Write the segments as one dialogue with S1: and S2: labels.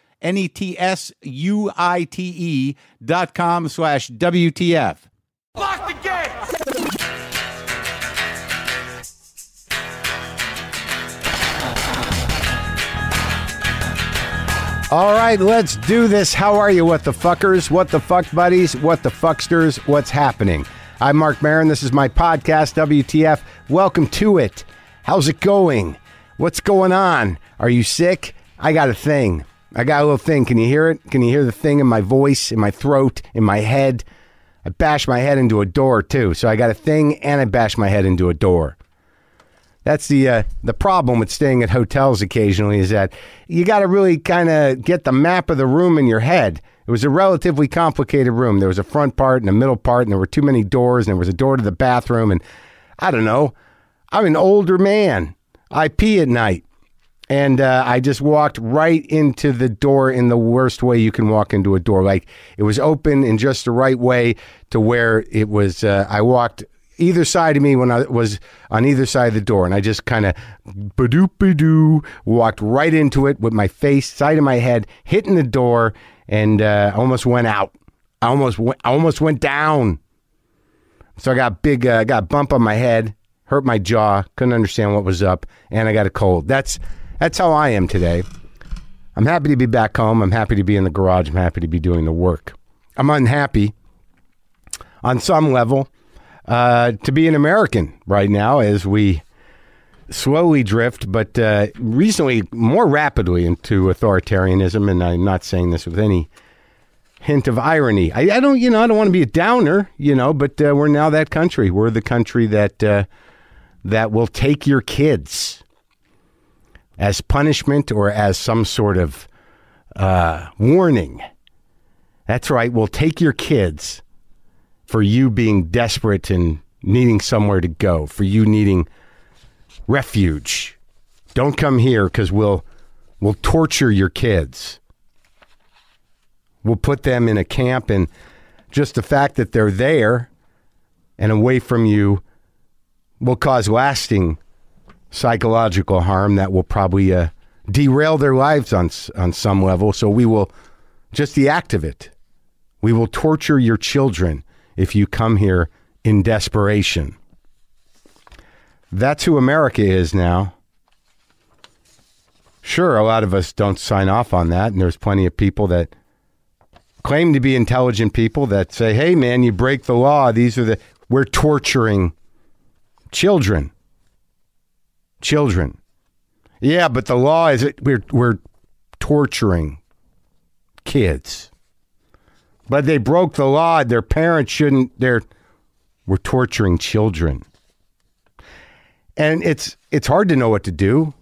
S1: N E T S U I T E dot com slash WTF.
S2: Lock the gate!
S1: All right, let's do this. How are you, what the fuckers? What the fuck buddies? What the fucksters? What's happening? I'm Mark Marin. This is my podcast, WTF. Welcome to it. How's it going? What's going on? Are you sick? I got a thing. I got a little thing. Can you hear it? Can you hear the thing in my voice, in my throat, in my head? I bashed my head into a door, too. So I got a thing and I bashed my head into a door. That's the uh, the problem with staying at hotels occasionally is that you got to really kind of get the map of the room in your head. It was a relatively complicated room. There was a front part and a middle part, and there were too many doors, and there was a door to the bathroom, and I don't know. I'm an older man. I pee at night, and uh, I just walked right into the door in the worst way you can walk into a door. Like it was open in just the right way to where it was. Uh, I walked either side of me when I was on either side of the door, and I just kind of badoop badoo walked right into it with my face, side of my head, hitting the door, and uh, almost went out. I almost went, I almost went down. So I got big, uh, I got a bump on my head, hurt my jaw, couldn't understand what was up, and I got a cold. That's that's how I am today. I'm happy to be back home. I'm happy to be in the garage. I'm happy to be doing the work. I'm unhappy on some level uh, to be an American right now as we slowly drift, but uh, recently more rapidly into authoritarianism. And I'm not saying this with any hint of irony. I, I don't, you know, I don't want to be a downer, you know, but uh, we're now that country. We're the country that uh, that will take your kids as punishment or as some sort of uh, warning. That's right. We'll take your kids for you being desperate and needing somewhere to go, for you needing refuge. Don't come here because we'll we'll torture your kids. We'll put them in a camp, and just the fact that they're there and away from you will cause lasting psychological harm that will probably uh, derail their lives on s- on some level. So we will just the act of it. We will torture your children if you come here in desperation. That's who America is now. Sure, a lot of us don't sign off on that, and there's plenty of people that claim to be intelligent people that say, hey, man, you break the law. These are the, we're torturing children. Children. Yeah, but the law is, it, we're, we're torturing kids but they broke the law. Their parents shouldn't. They're we're torturing children, and it's it's hard to know what to do.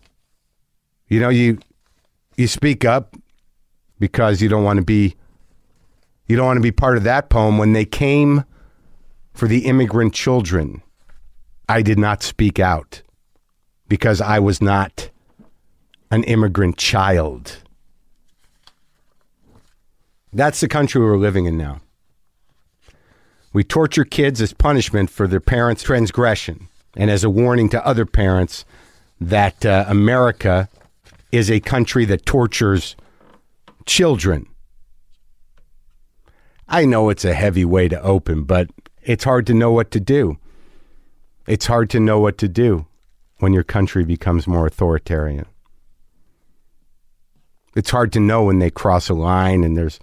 S1: You know, you you speak up because you don't want to be you don't want to be part of that poem when they came for the immigrant children. I did not speak out because I was not an immigrant child. That's the country we're living in now. We torture kids as punishment for their parents' transgression and as a warning to other parents that uh, America is a country that tortures children. I know it's a heavy way to open, but it's hard to know what to do. It's hard to know what to do when your country becomes more authoritarian it's hard to know when they cross a line and there's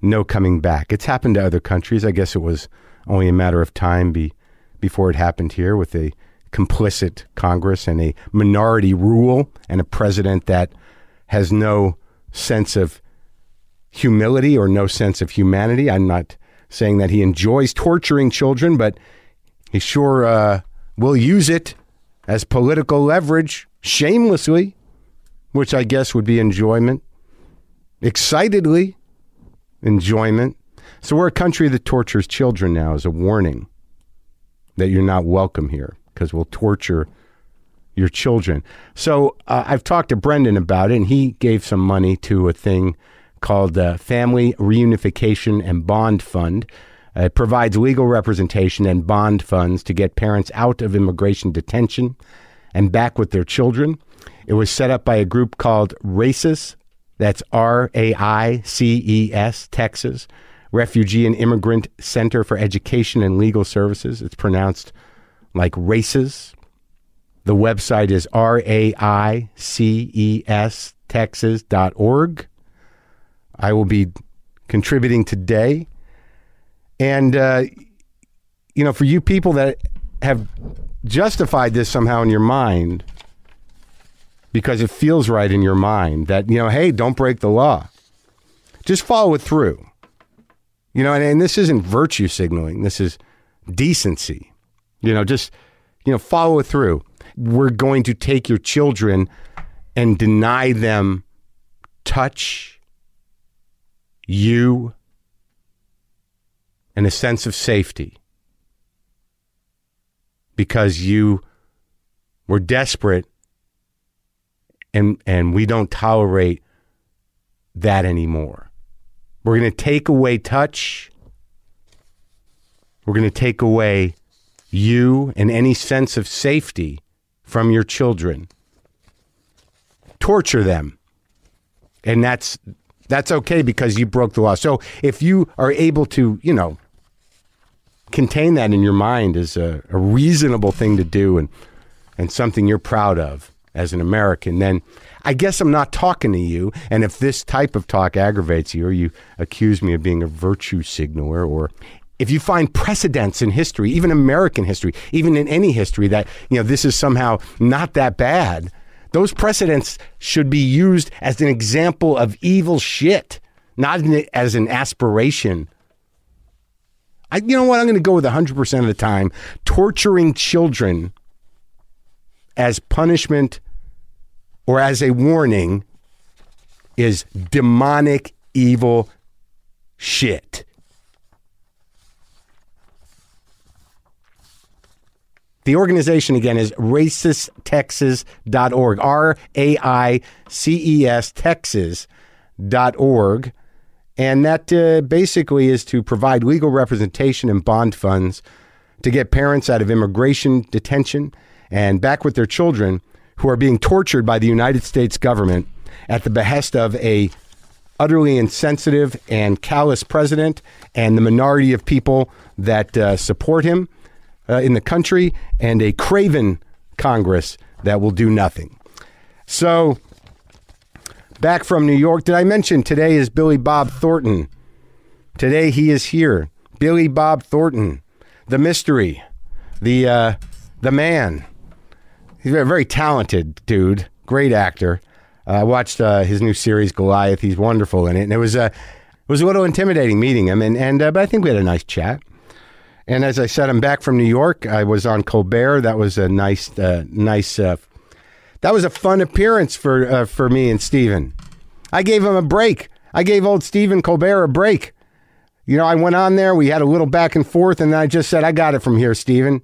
S1: no coming back. It's happened to other countries. I guess it was only a matter of time be, before it happened here with a complicit Congress and a minority rule and a president that has no sense of humility or no sense of humanity. I'm not saying that he enjoys torturing children, but he sure uh, will use it as political leverage shamelessly, which I guess would be enjoyment, excitedly enjoyment. So we're a country that tortures children now as a warning that you're not welcome here because we'll torture your children. So uh, I've talked to Brendan about it, and he gave some money to a thing called the Family Reunification and Bond Fund. Uh, It provides legal representation and bond funds to get parents out of immigration detention and back with their children. It was set up by a group called RACES, that's R A I C E S, Texas, Refugee and Immigrant Center for Education and Legal Services. It's pronounced like RACES. The website is R A I C E S Texas.org. I will be contributing today. And, uh, you know, for you people that have justified this somehow in your mind, because it feels right in your mind that, you know, hey, don't break the law, just follow it through. You know, and, and this isn't virtue signaling, this is decency. You know, just you know, follow it through. We're going to take your children and deny them touch, you, and a sense of safety because you were desperate and and we don't tolerate that anymore. We're going to take away touch. We're going to take away you and any sense of safety from your children. Torture them. And that's that's okay because you broke the law. So if you are able to, you know, contain that in your mind is a, a reasonable thing to do and and something you're proud of as an American, then I guess I'm not talking to you. And if this type of talk aggravates you or you accuse me of being a virtue signaler or if you find precedents in history, even American history, even in any history that, you know, this is somehow not that bad, those precedents should be used as an example of evil shit, not an- as an aspiration I, you know what? I'm going to go with 100% of the time torturing children as punishment or as a warning is demonic, evil shit. The organization again is racistexas.org, R A I C E S Texas.org. And that uh, basically is to provide legal representation and bond funds to get parents out of immigration detention and back with their children who are being tortured by the United States government at the behest of a utterly insensitive and callous president and the minority of people that uh, support him uh, in the country and a craven Congress that will do nothing. So, back from New York, did I mention today is Billy Bob Thornton? Today he is here. Billy Bob Thornton, the mystery, the uh, the man. He's a very talented dude, great actor. Uh, I watched uh, his new series Goliath. He's wonderful in it, and it was a it was a little intimidating meeting him, and and uh, but I think we had a nice chat. And as I said, I'm back from New York. I was on Colbert. That was a nice, uh, nice. Uh, that was a fun appearance for uh, for me and Steven. I gave him a break. I gave old Stephen Colbert a break. You know, I went on there. We had a little back and forth, and I just said, "I got it from here, Steven.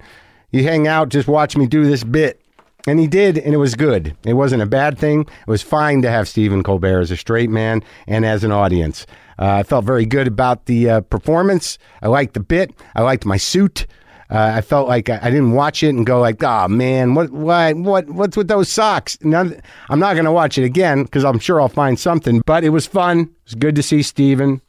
S1: You hang out, just watch me do this bit." And he did, and it was good. It wasn't a bad thing. It was fine to have Stephen Colbert as a straight man and as an audience. Uh, I felt very good about the uh, performance. I liked the bit. I liked my suit. Uh, I felt like I, I didn't watch it and go like, "Oh man, what, what, what, what's with those socks?" None, I'm not going to watch it again because I'm sure I'll find something. But it was fun. It was good to see Steven.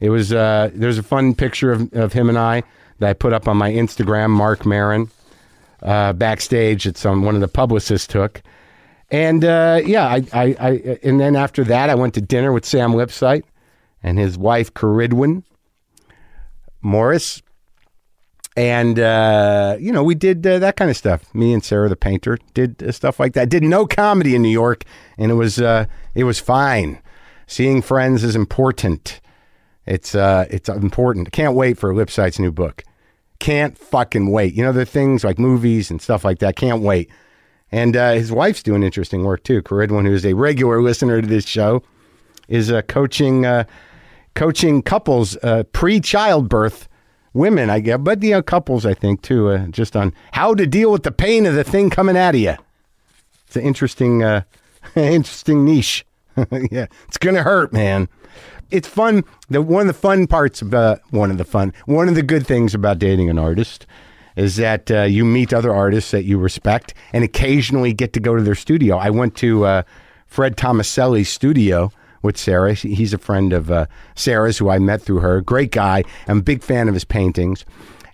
S1: It was uh, there's a fun picture of, of him and I that I put up on my Instagram, Mark Marin, uh, backstage that some one of the publicists took. And uh, yeah, I, I, I and then after that I went to dinner with Sam Lipsight and his wife, Coridwin Morris. And, uh, you know, we did uh, that kind of stuff. Me and Sarah the painter did uh, stuff like that. Did no comedy in New York, and it was, uh, it was fine. Seeing friends is important. It's uh, it's important. Can't wait for Lipsight's new book. Can't fucking wait. You know, there are things like movies and stuff like that. Can't wait. And uh, his wife's doing interesting work too. Coridwin, who is a regular listener to this show, is uh, coaching uh, coaching couples uh, pre childbirth women. I guess, but you know, couples I think too, uh, just on how to deal with the pain of the thing coming out of you. It's an interesting, uh, interesting niche. yeah, it's gonna hurt, man. It's fun. The one of the fun parts about one of the fun, one of the good things about dating an artist is that uh, you meet other artists that you respect and occasionally get to go to their studio. I went to uh, Fred Tomaselli's studio with Sarah. He- He's a friend of uh, Sarah's who I met through her. Great guy. I'm a big fan of his paintings.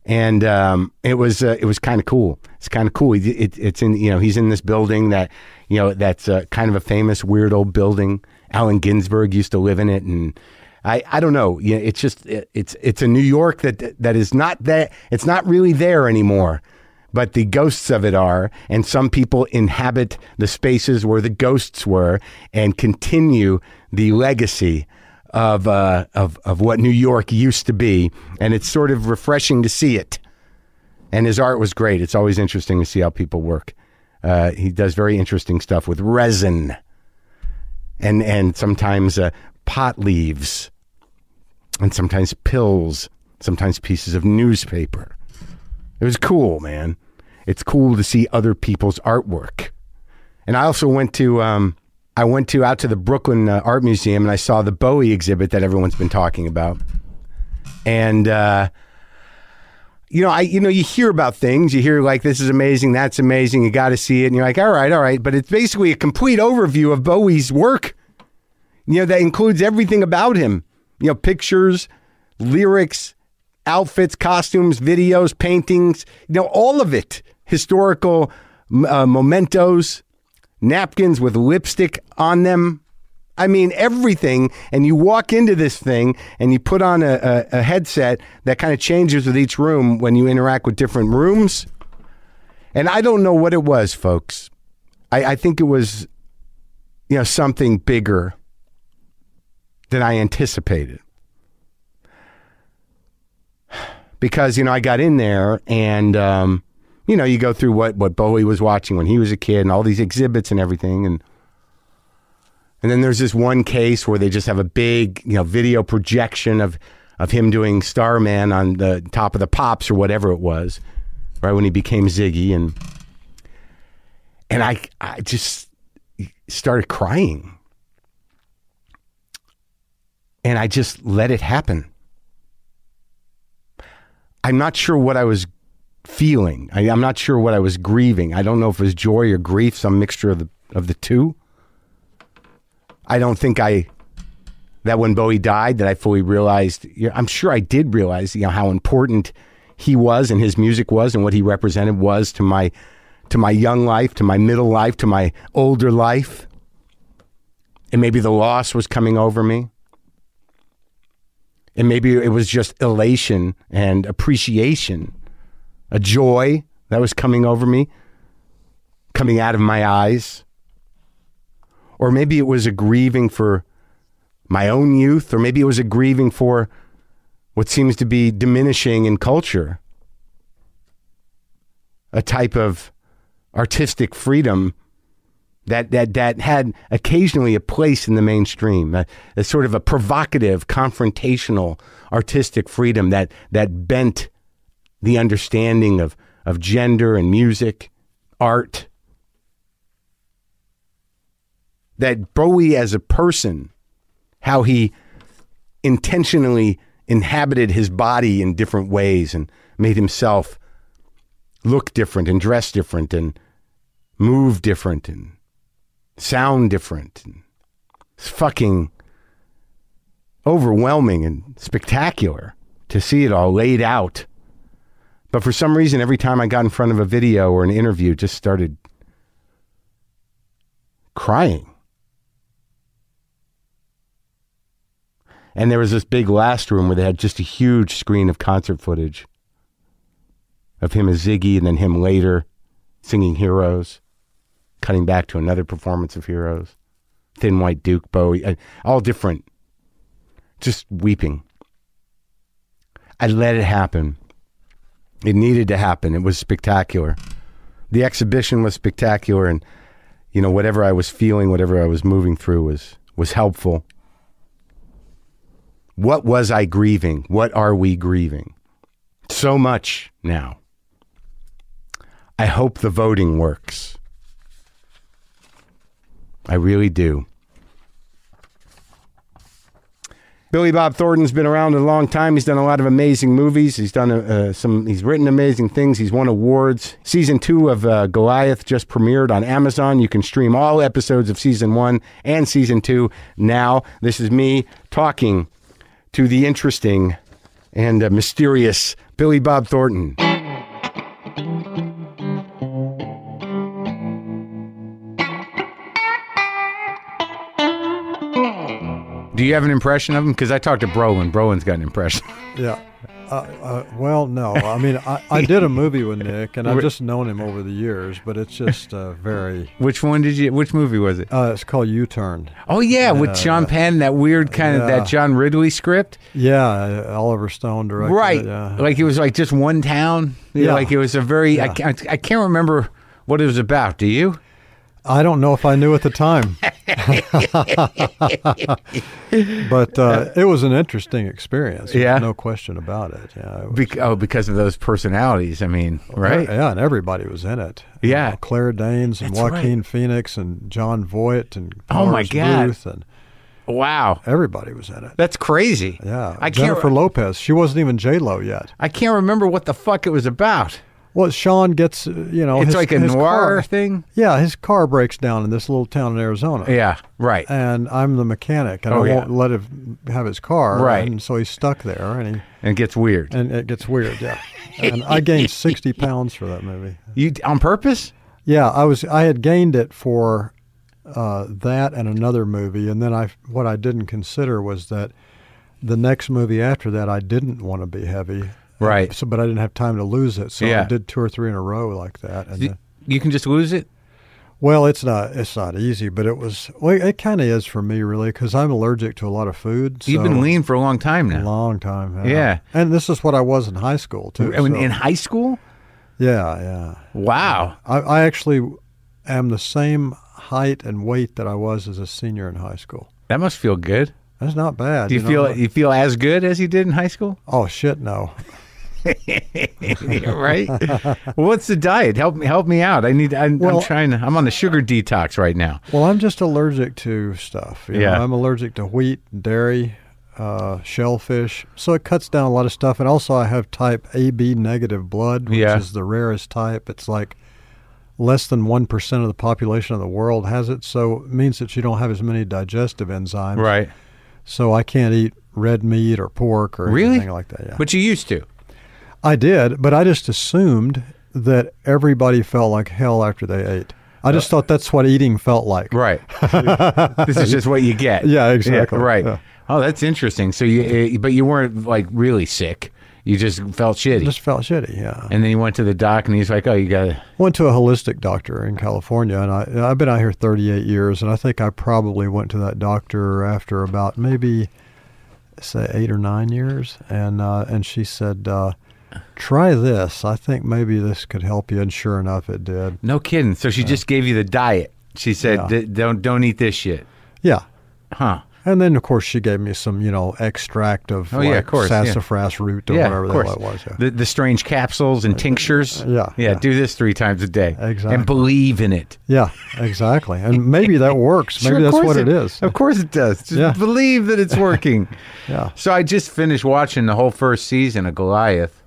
S1: And um, it was uh, it was kind of cool. It's kind of cool. He- It, it's in you know he's in this building that you know that's uh, kind of a famous weird old building. Allen Ginsberg used to live in it, and I, I don't know. Yeah, it's just it, it's it's a New York that that is not that it's not really there anymore, but the ghosts of it are, and some people inhabit the spaces where the ghosts were and continue the legacy of uh, of of what New York used to be, and it's sort of refreshing to see it and his art was great. It's always interesting to see how people work. Uh, he does very interesting stuff with resin, and and sometimes uh, pot leaves, and sometimes pills, sometimes pieces of newspaper. It was cool, man. It's cool to see other people's artwork. And I also went to um, I went to out to the Brooklyn uh, Art Museum and I saw the Bowie exhibit that everyone's been talking about. And uh, you know, I you know, you hear about things, you hear like this is amazing, that's amazing, you got to see it, and you're like, all right, all right, but it's basically a complete overview of Bowie's work. You know, that includes everything about him. You know, pictures, lyrics, outfits, costumes, videos, paintings. You know, all of it. Historical m- uh, mementos, napkins with lipstick on them. I mean, everything. And you walk into this thing and you put on a, a, a headset that kind of changes with each room when you interact with different rooms. And I don't know what it was, folks. I, I think it was, you know, something bigger than I anticipated. Because, you know, I got in there and, um, you know, you go through what, what Bowie was watching when he was a kid and all these exhibits and everything. And and then there's this one case where they just have a big, you know, video projection of of him doing Starman on the top of the pops or whatever it was, right when he became Ziggy, and and I I just started crying, and I just let it happen. I'm not sure what I was feeling. I, I'm not sure what I was grieving. I don't know if it was joy or grief, some mixture of the of the two. I don't think I that when Bowie died that I fully realized. You know, I'm sure I did realize you know how important he was and his music was and what he represented was to my to my young life, to my middle life, to my older life. And maybe the loss was coming over me. And maybe it was just elation and appreciation, a joy that was coming over me, coming out of my eyes or maybe it was a grieving for my own youth, or maybe it was a grieving for what seems to be diminishing in culture a type of artistic freedom that, that, that had occasionally a place in the mainstream, a, a sort of a provocative, confrontational artistic freedom that, that bent the understanding of, of gender and music, art. that Bowie as a person, how he intentionally inhabited his body in different ways and made himself look different and dress different and move different and sound different. And it's fucking overwhelming and spectacular to see it all laid out. But for some reason, every time I got in front of a video or an interview, just started crying.
S2: And there was this big last room where they had just a huge screen of concert footage of him as Ziggy and then him later singing Heroes, cutting back to another performance of Heroes, Thin White Duke, Bowie, uh, all different. Just weeping. I let it happen. It needed to happen. It was spectacular. The exhibition was spectacular, and you know whatever I was feeling, whatever I was moving through was was helpful. What was I grieving? What are we grieving? So much now. I hope the voting works. I really do. Billy Bob Thornton's been around a long time. He's done a lot of amazing movies. He's done uh, some. He's written amazing things. He's won awards. Season two of uh, Goliath just premiered on Amazon. You can stream all episodes of season one and season two now. This is me talking to the interesting and uh, mysterious Billy Bob Thornton. Do you have an impression of him? Because I talked to Brolin. Brolin's got an impression.
S3: Yeah. Uh, uh, well, no. I mean, I, I did a movie with Nick, and I've just known him over the years, but it's just uh, very.
S2: Which one did you? Which movie was it?
S3: Uh, it's called U Turn.
S2: Oh yeah, with Sean Penn, that weird kind of
S3: yeah.
S2: that John Ridley script,
S3: Yeah, uh, Oliver Stone directed
S2: right?
S3: it. Yeah.
S2: Like it was like just one town. You know,
S3: uh, Yeah.
S2: like it was a very I, can't, I can't remember what it was about. Do you?
S3: I don't know if I knew at the time. but uh, it was an interesting experience. There's
S2: Yeah.
S3: No question about it. Yeah. it was-
S2: Bec oh, because of those personalities. I mean, right?
S3: Yeah, and everybody was in it. You
S2: Yeah.
S3: know, Claire Danes and
S2: That's right.
S3: Joaquin Phoenix and John Voight and
S2: Oh, my
S3: Powers
S2: God.
S3: Booth and
S2: Wow,
S3: everybody was in it.
S2: that's crazy.
S3: Yeah,
S2: I can't.
S3: Jennifer Lopez. She wasn't even J Lo yet.
S2: I can't remember what the fuck it was about.
S3: Well, Sean gets uh, you know
S2: It's
S3: his-
S2: like a
S3: his
S2: noir
S3: car-
S2: thing.
S3: Yeah, his car breaks down in this little town in Arizona.
S2: Yeah, right.
S3: and I'm the mechanic, and
S2: Oh,
S3: I
S2: yeah.
S3: won't let him have his car.
S2: Right.
S3: and so he's stuck there, and he
S2: and it gets weird.
S3: and it gets weird. Yeah, and I gained sixty pounds for that movie.
S2: You on purpose?
S3: Yeah, I was I had gained it for uh, that and another movie, and then I what I didn't consider was that the next movie after that I didn't want to be heavy,
S2: Right.
S3: So, but I didn't have time to lose it, so
S2: Yeah.
S3: I did two or three in a row like that. And uh,
S2: You- You can just lose it.
S3: well, it's not it's not easy, but it was well, it kind of is for me really because I'm allergic to a lot of food.
S2: You've
S3: so-
S2: been lean for a long time now.
S3: long time. yeah.
S2: Yeah.
S3: and this is what I was in high school too.
S2: I mean,
S3: so-
S2: in high school?
S3: yeah, yeah.
S2: Wow.
S3: I, I actually am the same height and weight that I was as a senior in high school.
S2: That must feel good.
S3: That's not bad.
S2: Do you,
S3: know,
S2: feel
S3: but-
S2: you feel as good as you did in high school?
S3: Oh shit, no.
S2: right? well, what's the diet? Help me help me out. I need I'm,
S3: Well-
S2: I'm trying to I'm on a sugar detox right now.
S3: Well, I'm just allergic to stuff. you know.
S2: Yeah.
S3: I'm allergic to wheat, dairy, uh, shellfish. So it cuts down a lot of stuff. And also, I have type AB negative blood, which
S2: Yeah.
S3: is the rarest type. It's like less than 1% of the population of the world has it. So it means that you don't have as many digestive enzymes.
S2: Right.
S3: So I can't eat red meat or pork or
S2: Really?
S3: anything like that. Yeah.
S2: But you used to.
S3: I did, but I just assumed that everybody felt like hell after they ate. I just thought that's what eating felt like.
S2: Uh, Right. this is just what you get.
S3: Yeah, exactly.
S2: right.
S3: Yeah.
S2: Oh, that's interesting. So you uh, but you weren't like really sick. You just felt shitty.
S3: Just felt shitty. Yeah.
S2: and then you went to the doc and he's like, "Oh, you got to
S3: Went to a holistic doctor in California, and I, I've been out here 38 years, and I think I probably went to that doctor after about maybe say eight or nine years, and uh, and she said, uh, "Try this. I think maybe this could help you." And sure enough, it did.
S2: No kidding. So she just gave you the diet. She said,
S3: Yeah.
S2: "D- "Don't don't eat this shit."
S3: Yeah,
S2: Huh.
S3: And then, of course, she gave me some, you know, extract of
S2: Oh,
S3: like
S2: yeah, of course, yeah.
S3: sassafras root or
S2: yeah,
S3: whatever
S2: of
S3: the
S2: course.
S3: hell it was. Yeah.
S2: The, the strange capsules and tinctures.
S3: Uh, Yeah,
S2: yeah.
S3: yeah.
S2: Do this three times a day.
S3: Exactly.
S2: And believe in it.
S3: Yeah, exactly. And maybe that works. Maybe
S2: Sure, of
S3: that's
S2: course
S3: what it is.
S2: Of course it does. Just
S3: Yeah.
S2: believe that it's working.
S3: Yeah.
S2: So I just finished watching the whole first season of Goliath.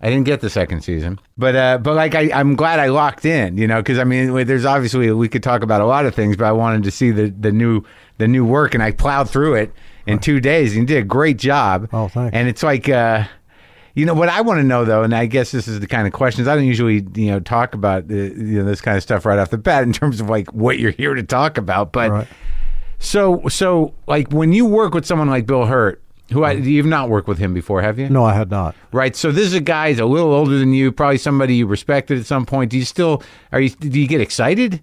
S2: I didn't get the second season, but uh, but like I, I'm glad I locked in, you know, because I mean, wait, there's obviously we could talk about a lot of things, but I wanted to see the the new the new work, and I plowed through it in two days, and you did a great job.
S3: Oh, thanks.
S2: And it's like, uh, you know, what I want to know though, and I guess this is the kind of questions I don't usually you know talk about uh, you know this kind of stuff right off the bat in terms of like what you're here to talk about, but.
S3: Right.
S1: So so like when you work with someone like Bill Hurt, who I, you've not worked with him before, have you?
S3: Mm-hmm. No, I had not.
S1: Right. So this is a guy who's a little older than you, probably somebody you respected at some point. Do you still are you do you get excited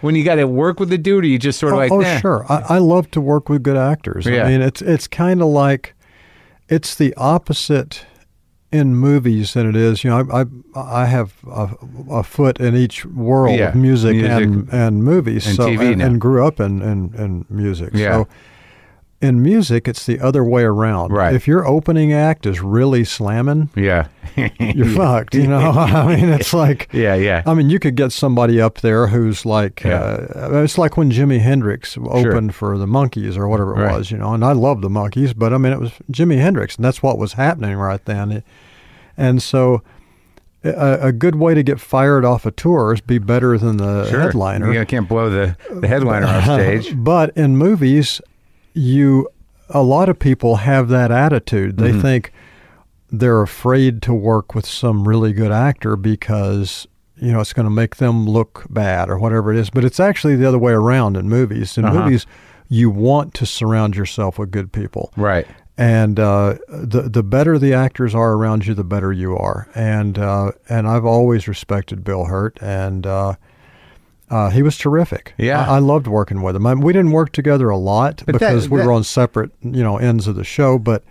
S1: when you got to work with the dude, or you just sort of
S3: Oh,
S1: like
S3: oh,
S1: "Nah"?
S3: sure. I, I love to work with good actors.
S1: Yeah.
S3: I mean, it's it's kind of like it's the opposite in movies than it is. You know, I I, I have a, a foot in each world
S1: Yeah.
S3: of music,
S1: Music
S3: and and movies.
S1: and
S3: so
S1: TV
S3: and,
S1: now.
S3: and grew up in in, in music.
S1: Yeah.
S3: So in music, it's the other way around.
S1: Right.
S3: If your opening act is really slamming,
S1: Yeah.
S3: you're fucked. You know, I mean, it's like
S1: Yeah, yeah.
S3: I mean, you could get somebody up there who's like,
S1: Yeah.
S3: uh, it's like when Jimi Hendrix opened for the Monkees or whatever it
S1: Right.
S3: was, you know. And I love the Monkees, but I mean, it was Jimi Hendrix, and that's what was happening right then. It- and so, a, a good way to get fired off a tour is be better than the
S1: sure.
S3: headliner.
S1: You can't blow the, the headliner off stage.
S3: But in movies, you a lot of people have that attitude.
S1: Mm-hmm.
S3: They think they're afraid to work with some really good actor because you know it's going to make them look bad or whatever it is. But it's actually the other way around in movies. In
S1: Uh-huh.
S3: movies, you want to surround yourself with good people.
S1: Right.
S3: And uh, the the better the actors are around you, the better you are. And uh, and I've always respected Bill Hurt, and uh, uh, he was terrific.
S1: Yeah.
S3: I, I loved working with him. I, we didn't work together a lot
S1: But that-
S3: because we
S1: that-
S3: were on separate you know ends of the show, but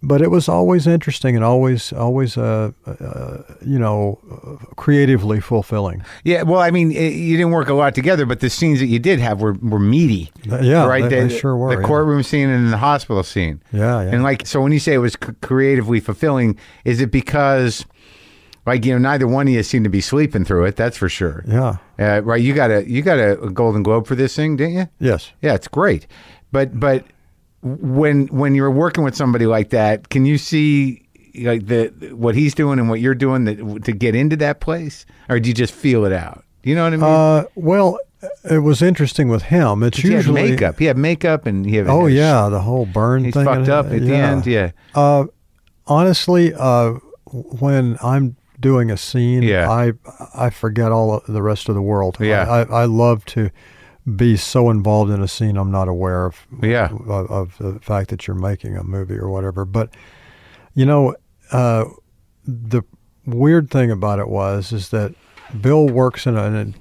S3: but it was always interesting and always always uh, uh, you know uh, creatively fulfilling.
S1: Yeah, well, I mean, it, you didn't work a lot together, but the scenes that you did have were, were meaty.
S3: Th- yeah,
S1: right.
S3: Oh, they-
S1: The-
S3: they sure were,
S1: The
S3: yeah.
S1: courtroom scene and the hospital scene.
S3: Yeah, yeah.
S1: And like, so when you say it was c- creatively fulfilling, is it because, like, you know, neither one of you seemed to be sleeping through it? That's for sure.
S3: Yeah.
S1: Uh, right. You got a you got a Golden Globe for this thing, didn't you?
S3: Yes.
S1: Yeah, it's great. But but when when you're working with somebody like that, can you see like the what he's doing and what you're doing that, to get into that place, or do you just feel it out? You know what I mean?
S3: Uh, well, it was interesting with him. It's
S1: he had
S3: usually
S1: makeup. He had makeup, and he had
S3: Oh yeah, the whole burn
S1: he's
S3: thing.
S1: fucked up at the end. Yeah,
S3: honestly, uh, when I'm doing a scene,
S1: Yeah.
S3: I I forget all of the rest of the world.
S1: Yeah.
S3: I, I, I love to be so involved in a scene I'm not aware of,
S1: Yeah.
S3: of, of the fact that you're making a movie or whatever. But you know, uh, the weird thing about it was is that Bill works in a. In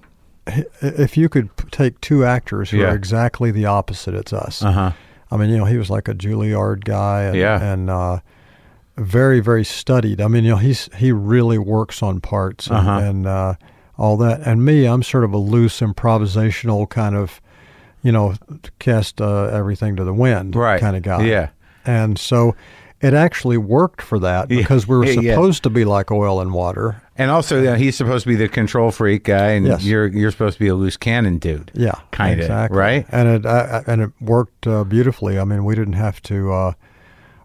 S3: a if you could p- take two actors who
S1: Yeah.
S3: are exactly the opposite, it's us.
S1: Uh-huh.
S3: I mean, you know, he was like a Juilliard guy, and,
S1: Yeah.
S3: and uh, very, very studied. I mean, you know, he's he really works on parts and,
S1: Uh-huh.
S3: and uh, all that. And me, I'm sort of a loose, improvisational kind of, you know, cast uh, everything to the wind
S1: Right.
S3: kind of guy.
S1: Yeah.
S3: and so. It actually worked for that
S1: Yeah.
S3: because we were
S1: Yeah, yeah.
S3: supposed to be like oil and water.
S1: and also you know, he's supposed to be the control freak guy, and
S3: Yes.
S1: you're you're supposed to be a loose cannon dude.
S3: Yeah,
S1: kind of
S3: exactly.
S1: right.
S3: And it I, I- and it worked uh, beautifully. I mean, we didn't have to uh,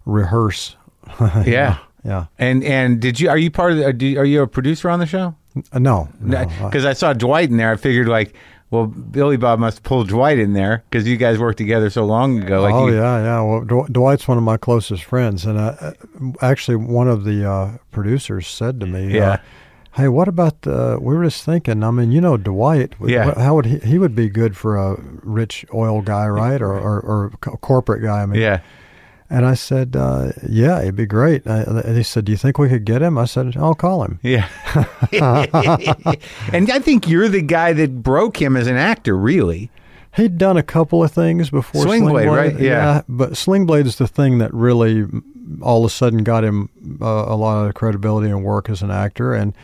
S3: rehearse.
S1: Yeah.
S3: Yeah,
S1: And and did you are you part of the, are, do, are you a producer on the show?
S3: Uh, no, no.
S1: Because I saw Dwight in there, I figured like, well, Billy Bob must pull Dwight in there because you guys worked together so long ago. Like
S3: oh
S1: you-
S3: yeah, yeah. Well, Dw- Dwight's one of my closest friends, and uh, actually, one of the uh, producers said to me,
S1: Yeah.
S3: uh, "Hey, what about the? We were just thinking. I mean, you know, Dwight. w-
S1: Yeah.
S3: wh- How would he? He would be good for a rich oil guy, right? Or or, or co- corporate guy. I mean,
S1: yeah,
S3: And I said, uh, "Yeah, it'd be great." Uh, and he said, "Do you think we could get him?" I said, "I'll call him."
S1: yeah. and I think you're the guy that broke him as an actor, really.
S3: He'd done a couple of things before
S1: Sling Blade, right? Yeah.
S3: but Sling Blade's the thing that really mm, all of a sudden got him uh, a lot of credibility and work as an actor. And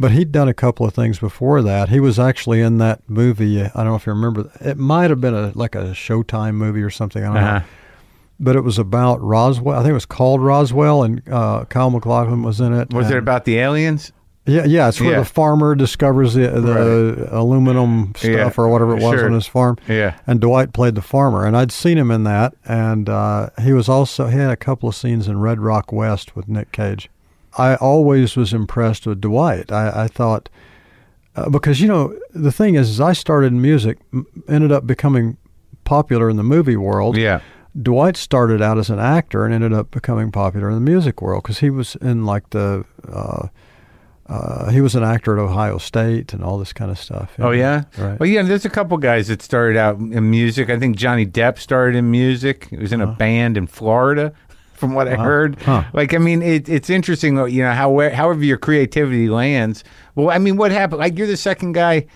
S3: but he'd done a couple of things before that. He was actually in that movie. I don't know if you remember. It might have been a like a Showtime movie or something. I don't
S1: Uh-huh.
S3: know. But it was about Roswell. I think it was called Roswell, and uh, Kyle McLaughlin was in it.
S1: Was
S3: and,
S1: it about the aliens?
S3: Yeah, yeah. It's where
S1: Yeah.
S3: the farmer discovers the, the aluminum stuff
S1: Yeah,
S3: or whatever it was
S1: sure.
S3: on his farm.
S1: Yeah.
S3: And Dwight played the farmer, and I'd seen him in that, and uh, he was also he had a couple of scenes in Red Rock West with Nick Cage. I always was impressed with Dwight. I, I thought uh, because you know the thing is, is I started in music, m- ended up becoming popular in the movie world.
S1: Yeah.
S3: Dwight started out as an actor and ended up becoming popular in the music world because he was in like the uh, uh, he was an actor at Ohio State and all this kind of stuff. you
S2: Oh
S3: know.
S2: yeah,
S3: Right.
S2: Well, yeah. There's a couple guys that started out in music. I think Johnny Depp started in music. He was in a band in Florida, from what I heard.
S3: Uh-huh. Huh.
S2: Like, I mean, it, it's interesting. uh, You know, how where- however your creativity lands. Well, I mean, what happened? Like, you're the second guy.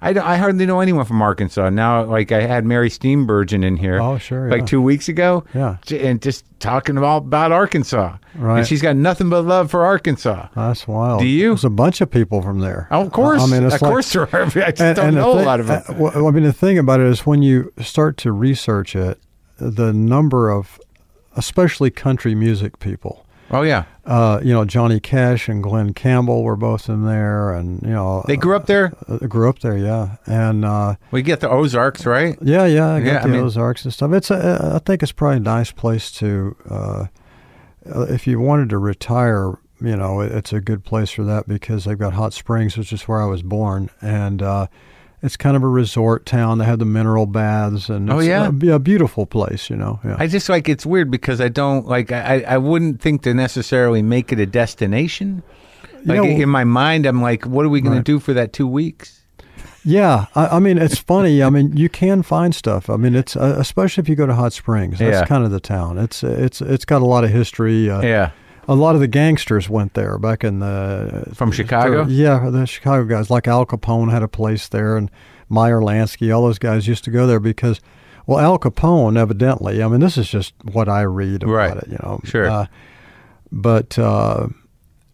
S2: I, don't- I hardly know anyone from Arkansas now. Like, I had Mary Steenburgen in here.
S3: Oh, sure,
S2: Like
S3: yeah.
S2: two weeks ago.
S3: Yeah.
S2: j- And just talking about about Arkansas.
S3: Right.
S2: And she's got nothing but love for Arkansas.
S3: Ah, That's wild.
S2: Do you?
S3: There's a bunch of people from there.
S2: Oh, of course.
S3: I mean, it's
S2: of
S3: like-
S2: course there are. I just
S3: and-
S2: don't
S3: and the
S2: know a
S3: thing-
S2: lot of them.
S3: uh, well, I mean, the thing about it is when you start to research it, the number of, especially country music people.
S2: oh, yeah.
S3: Uh, you know, Johnny Cash and Glenn Campbell were both in there, and you know,
S2: They grew up there.
S3: uh, grew up there, yeah, and uh,
S2: We get the Ozarks, right?
S3: yeah, yeah, I got
S2: Yeah, I
S3: the
S2: mean-
S3: Ozarks and stuff. It's a, I think it's probably a nice place to, uh, uh, if you wanted to retire, you know, it- it's a good place for that because they've got hot springs, which is where I was born, and uh, it's kind of a resort town. They have the mineral baths, and
S2: Oh,
S3: it's
S2: yeah?
S3: a, be a beautiful place, you know. Yeah.
S2: I just like it's weird because I don't like I, I I wouldn't think to necessarily make it a destination. Like
S3: know-
S2: in my mind, I'm like, what are we going
S3: Right.
S2: to do for that two weeks?
S3: Yeah, I, I mean it's funny. I mean you can find stuff. I mean it's uh, especially if you go to Hot Springs. That's
S2: Yeah.
S3: kind of the town. It's it's it's got a lot of history. Uh,
S2: Yeah,
S3: a lot of the gangsters went there back in the er,
S2: From Chicago?
S3: Yeah, the Chicago guys like Al Capone had a place there, and Meyer Lansky, all those guys used to go there because, well, Al Capone evidently. I mean this is just what I read about
S2: Right.
S3: it. You know,
S2: Sure.
S3: Uh, but uh,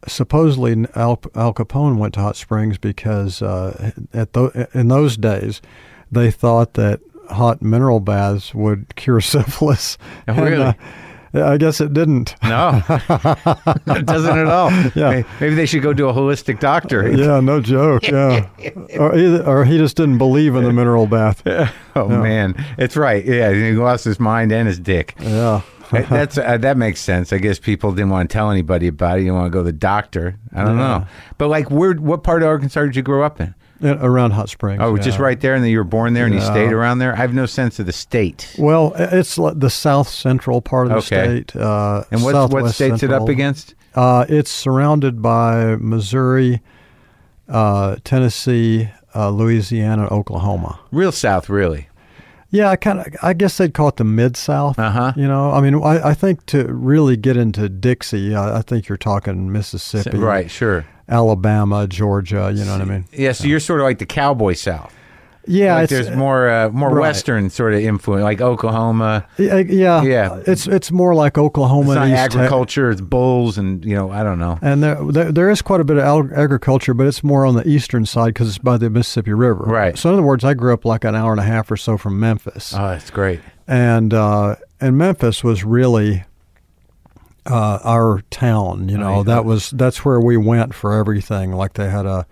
S3: supposedly Al, Al Capone went to Hot Springs because uh, at tho- in those days they thought that hot mineral baths would cure syphilis.
S2: Oh,
S3: And,
S2: really?
S3: uh, I guess it didn't.
S2: no, it doesn't at all.
S3: Yeah.
S2: May- maybe they should go do a holistic doctorate.
S3: Yeah, no joke. Yeah, or either, or he just didn't believe in the mineral bath. Yeah,
S2: Oh man, it's right. Yeah, he lost his mind and his dick.
S3: yeah,
S2: That- That's uh, that makes sense. I guess people didn't want to tell anybody about it. You want to go to the doctor. I don't know. But like, where? What part of Arkansas did you grow up in?
S3: And around Hot Springs.
S2: Oh,
S3: yeah.
S2: just right there, and then you were born there, and you stayed around there. I have no sense of the state.
S3: Well, i- it's like the south central part of the
S2: Okay.
S3: state. Uh,
S2: And what what
S3: southwest
S2: states it up
S3: central.
S2: against?
S3: Uh, it's surrounded by Missouri, uh, Tennessee, uh, Louisiana, Oklahoma.
S2: Real South, really.
S3: Yeah, I kind of. I guess they'd call it the mid South.
S2: Uh-huh.
S3: You know, I mean, I, I think to really get into Dixie, I, I think you're talking Mississippi,
S2: Right, sure.
S3: Alabama, Georgia. You know what I mean?
S2: Yeah, so you're sort of like the cowboy South.
S3: Yeah,
S2: Like
S3: it's,
S2: there's more uh, more
S3: right.
S2: Western sort of influence, like Oklahoma.
S3: Yeah, yeah,
S2: Yeah.
S3: It's it's more like
S2: It's
S3: Oklahoma
S2: not
S3: and East Tex-
S2: agriculture, it's bulls, and you know, I don't know.
S3: and there, there there is quite a bit of al- agriculture, but it's more on the eastern side because it's by the Mississippi River.
S2: Right.
S3: So in other words, I grew up like an hour and a half or so from Memphis,
S2: Oh, that's great.
S3: and uh, and Memphis was really uh, our town. You know, that was that's where we went for everything. Like they had a.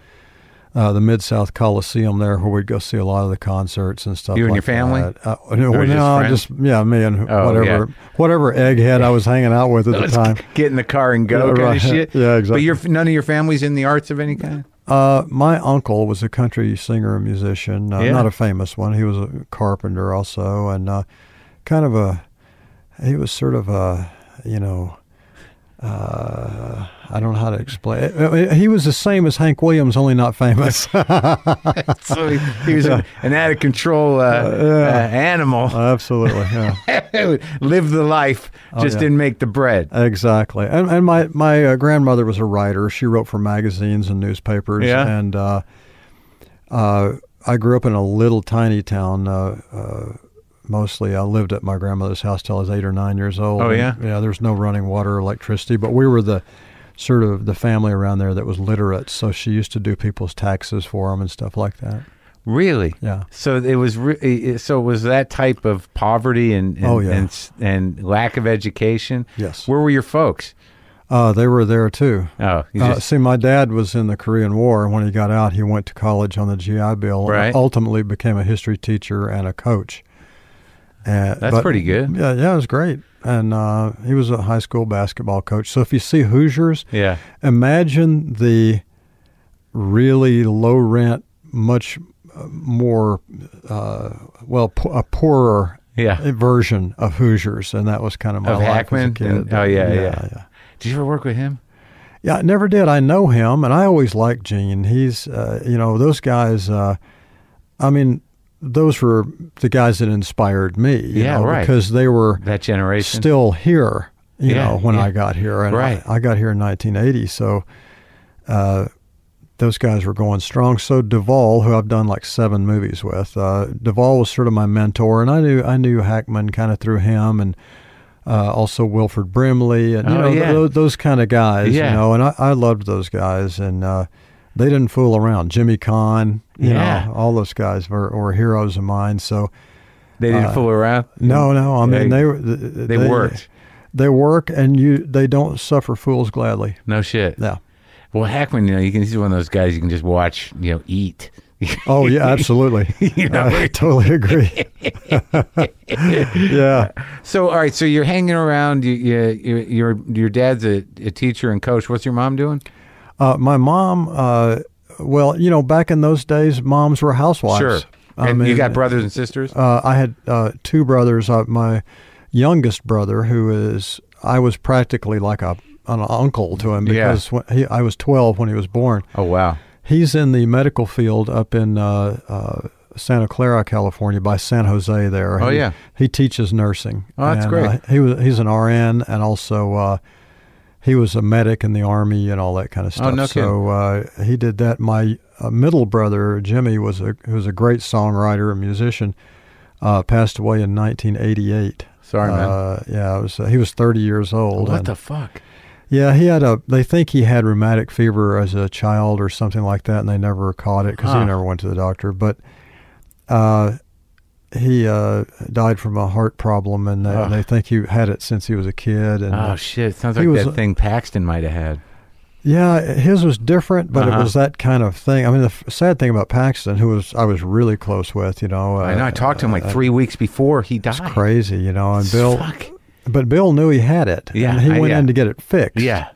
S3: Uh, the Mid South Coliseum there, where we'd go see a lot of the concerts and stuff.
S2: You and
S3: like
S2: your family?
S3: that. Uh, no,
S2: Or just
S3: no,
S2: friends?
S3: just, yeah, me and
S2: Oh,
S3: whatever whatever egghead I was hanging out with at the
S2: Let's
S3: time.
S2: get in the car and go
S3: Yeah,
S2: kind
S3: right.
S2: of shit.
S3: Yeah, exactly.
S2: But your none of your family's in the arts of any kind?
S3: Uh, my uncle was a country singer and musician, uh,
S2: Yeah.
S3: not a famous one. He was a carpenter also, and uh, kind of a he was sort of a you know uh, I don't know how to explain. I mean, he was the same as Hank Williams, only not famous.
S2: so he, he was an, an out of control uh, uh, animal.
S3: Absolutely, yeah,
S2: live the life, just
S3: yeah.
S2: didn't make the bread.
S3: exactly. And and my my uh, grandmother was a writer. She wrote for magazines and newspapers,
S2: Yeah.
S3: and uh, uh, I grew up in a little tiny town. Uh, uh, mostly, I lived at my grandmother's house till I was eight or nine years old.
S2: Oh,
S3: And,
S2: yeah?
S3: yeah. There was no running water, or electricity, but we were the sort of the family around there that was literate. So she used to do people's taxes for them and stuff like that.
S2: Really?
S3: Yeah.
S2: So it was. Re- it- so it was that type of poverty and and,
S3: Oh, yeah.
S2: and s- and lack of education.
S3: Yes.
S2: Where were your folks?
S3: Uh, they were there too.
S2: Oh, you
S3: Uh,
S2: just-
S3: see, my dad was in the Korean War, and when he got out, he went to college on the GI Bill.
S2: Right.
S3: And ultimately, became a history teacher and a coach. Uh,
S2: That's
S3: but-
S2: pretty good.
S3: Yeah, yeah, it was great. And uh, he was a high school basketball coach. So if you see Hoosiers,
S2: yeah.
S3: imagine the really low rent, much uh, more uh, well, po- a poorer
S2: Yeah.
S3: version of Hoosiers, and that was kind of my
S2: Of
S3: life as a
S2: Hackman?
S3: kid.
S2: And- oh, yeah, yeah.
S3: yeah.
S2: Did you ever work with him?
S3: Yeah, I never did. I know him, and I always liked Gene. He's, uh, you know, those guys. Uh, I mean, those were the guys that inspired me. you
S4: Yeah,
S3: know,
S4: right.
S3: Because they were
S4: That generation.
S3: still here. You
S4: Yeah,
S3: know, when
S4: yeah.
S3: I got here, and
S4: Right.
S3: I, I got here in 1980, so. Uh, those guys were going strong. So Duvall, who I've done like seven movies with, uh, Duvall was sort of my mentor, and I knew I knew Hackman kind of through him, and uh, also Wilford Brimley, and you
S4: Oh,
S3: know
S4: yeah.
S3: tho- those kind of guys,
S4: Yeah.
S3: you know. And I, I loved those guys, and uh, they didn't fool around. Jimmy Kahn, you
S4: Yeah.
S3: know, all those guys were, were heroes of mine. So uh,
S4: They didn't fool around.
S3: no, no, I
S4: Mm.
S3: mean
S4: They-
S3: they were they,
S4: They worked.
S3: they work, and you they don't suffer fools gladly.
S4: No shit.
S3: Yeah.
S4: Well, Hackman, you know, you can, he's one of those guys you can just watch, you know, eat.
S3: Oh yeah, absolutely.
S4: You know?
S3: I totally agree. yeah.
S4: So, all right. So you're hanging around. You, you, you, your your dad's a, a teacher and coach. What's your mom doing?
S3: Uh, my mom. Uh, well, you know, back in those days, moms were housewives.
S4: Sure.
S3: I
S4: and you
S3: mean,
S4: got brothers and sisters.
S3: Uh, I had uh, two brothers. Uh, my youngest brother, who is, I was practically like a an uncle to him
S4: Yeah.
S3: because when he, I was 12 when he was born.
S4: oh wow.
S3: He's in the medical field up in uh, uh, Santa Clara, California, by San Jose. There.
S4: Oh,
S3: He-
S4: yeah.
S3: He teaches nursing.
S4: Oh, that's
S3: And,
S4: great.
S3: uh, he was he's an RN and also uh, he was a medic in the army and all that kind of
S4: Oh,
S3: stuff.
S4: no
S3: so uh, he did that. My uh, middle brother Jimmy was a who was a great songwriter and musician. Uh, passed away in 1988.
S4: Sorry, man.
S3: Uh, yeah, it was, he was 30 years old.
S4: What
S3: and-
S4: the fuck?
S3: yeah, he had a. They think he had rheumatic fever as a child or something like that, and they never caught it because
S4: Huh.
S3: he never went to the doctor. But uh, he uh, died from a heart problem, and they,
S4: Ugh.
S3: they think he had it since he was a kid. And
S4: Oh shit! Sounds
S3: uh, He
S4: like
S3: was
S4: that
S3: a-
S4: thing Paxton might have had.
S3: yeah, his was different, but
S4: Uh-huh.
S3: it was that kind of thing. I mean, the f- sad thing about Paxton, who was I was really close with, you know, uh,
S4: I know. I talked to him like three weeks before he died.
S3: crazy, you know, and Bill,
S4: Fuck.
S3: but Bill knew he had it.
S4: Yeah,
S3: and he
S4: I-
S3: went
S4: yeah.
S3: in to get it fixed.
S4: Yeah.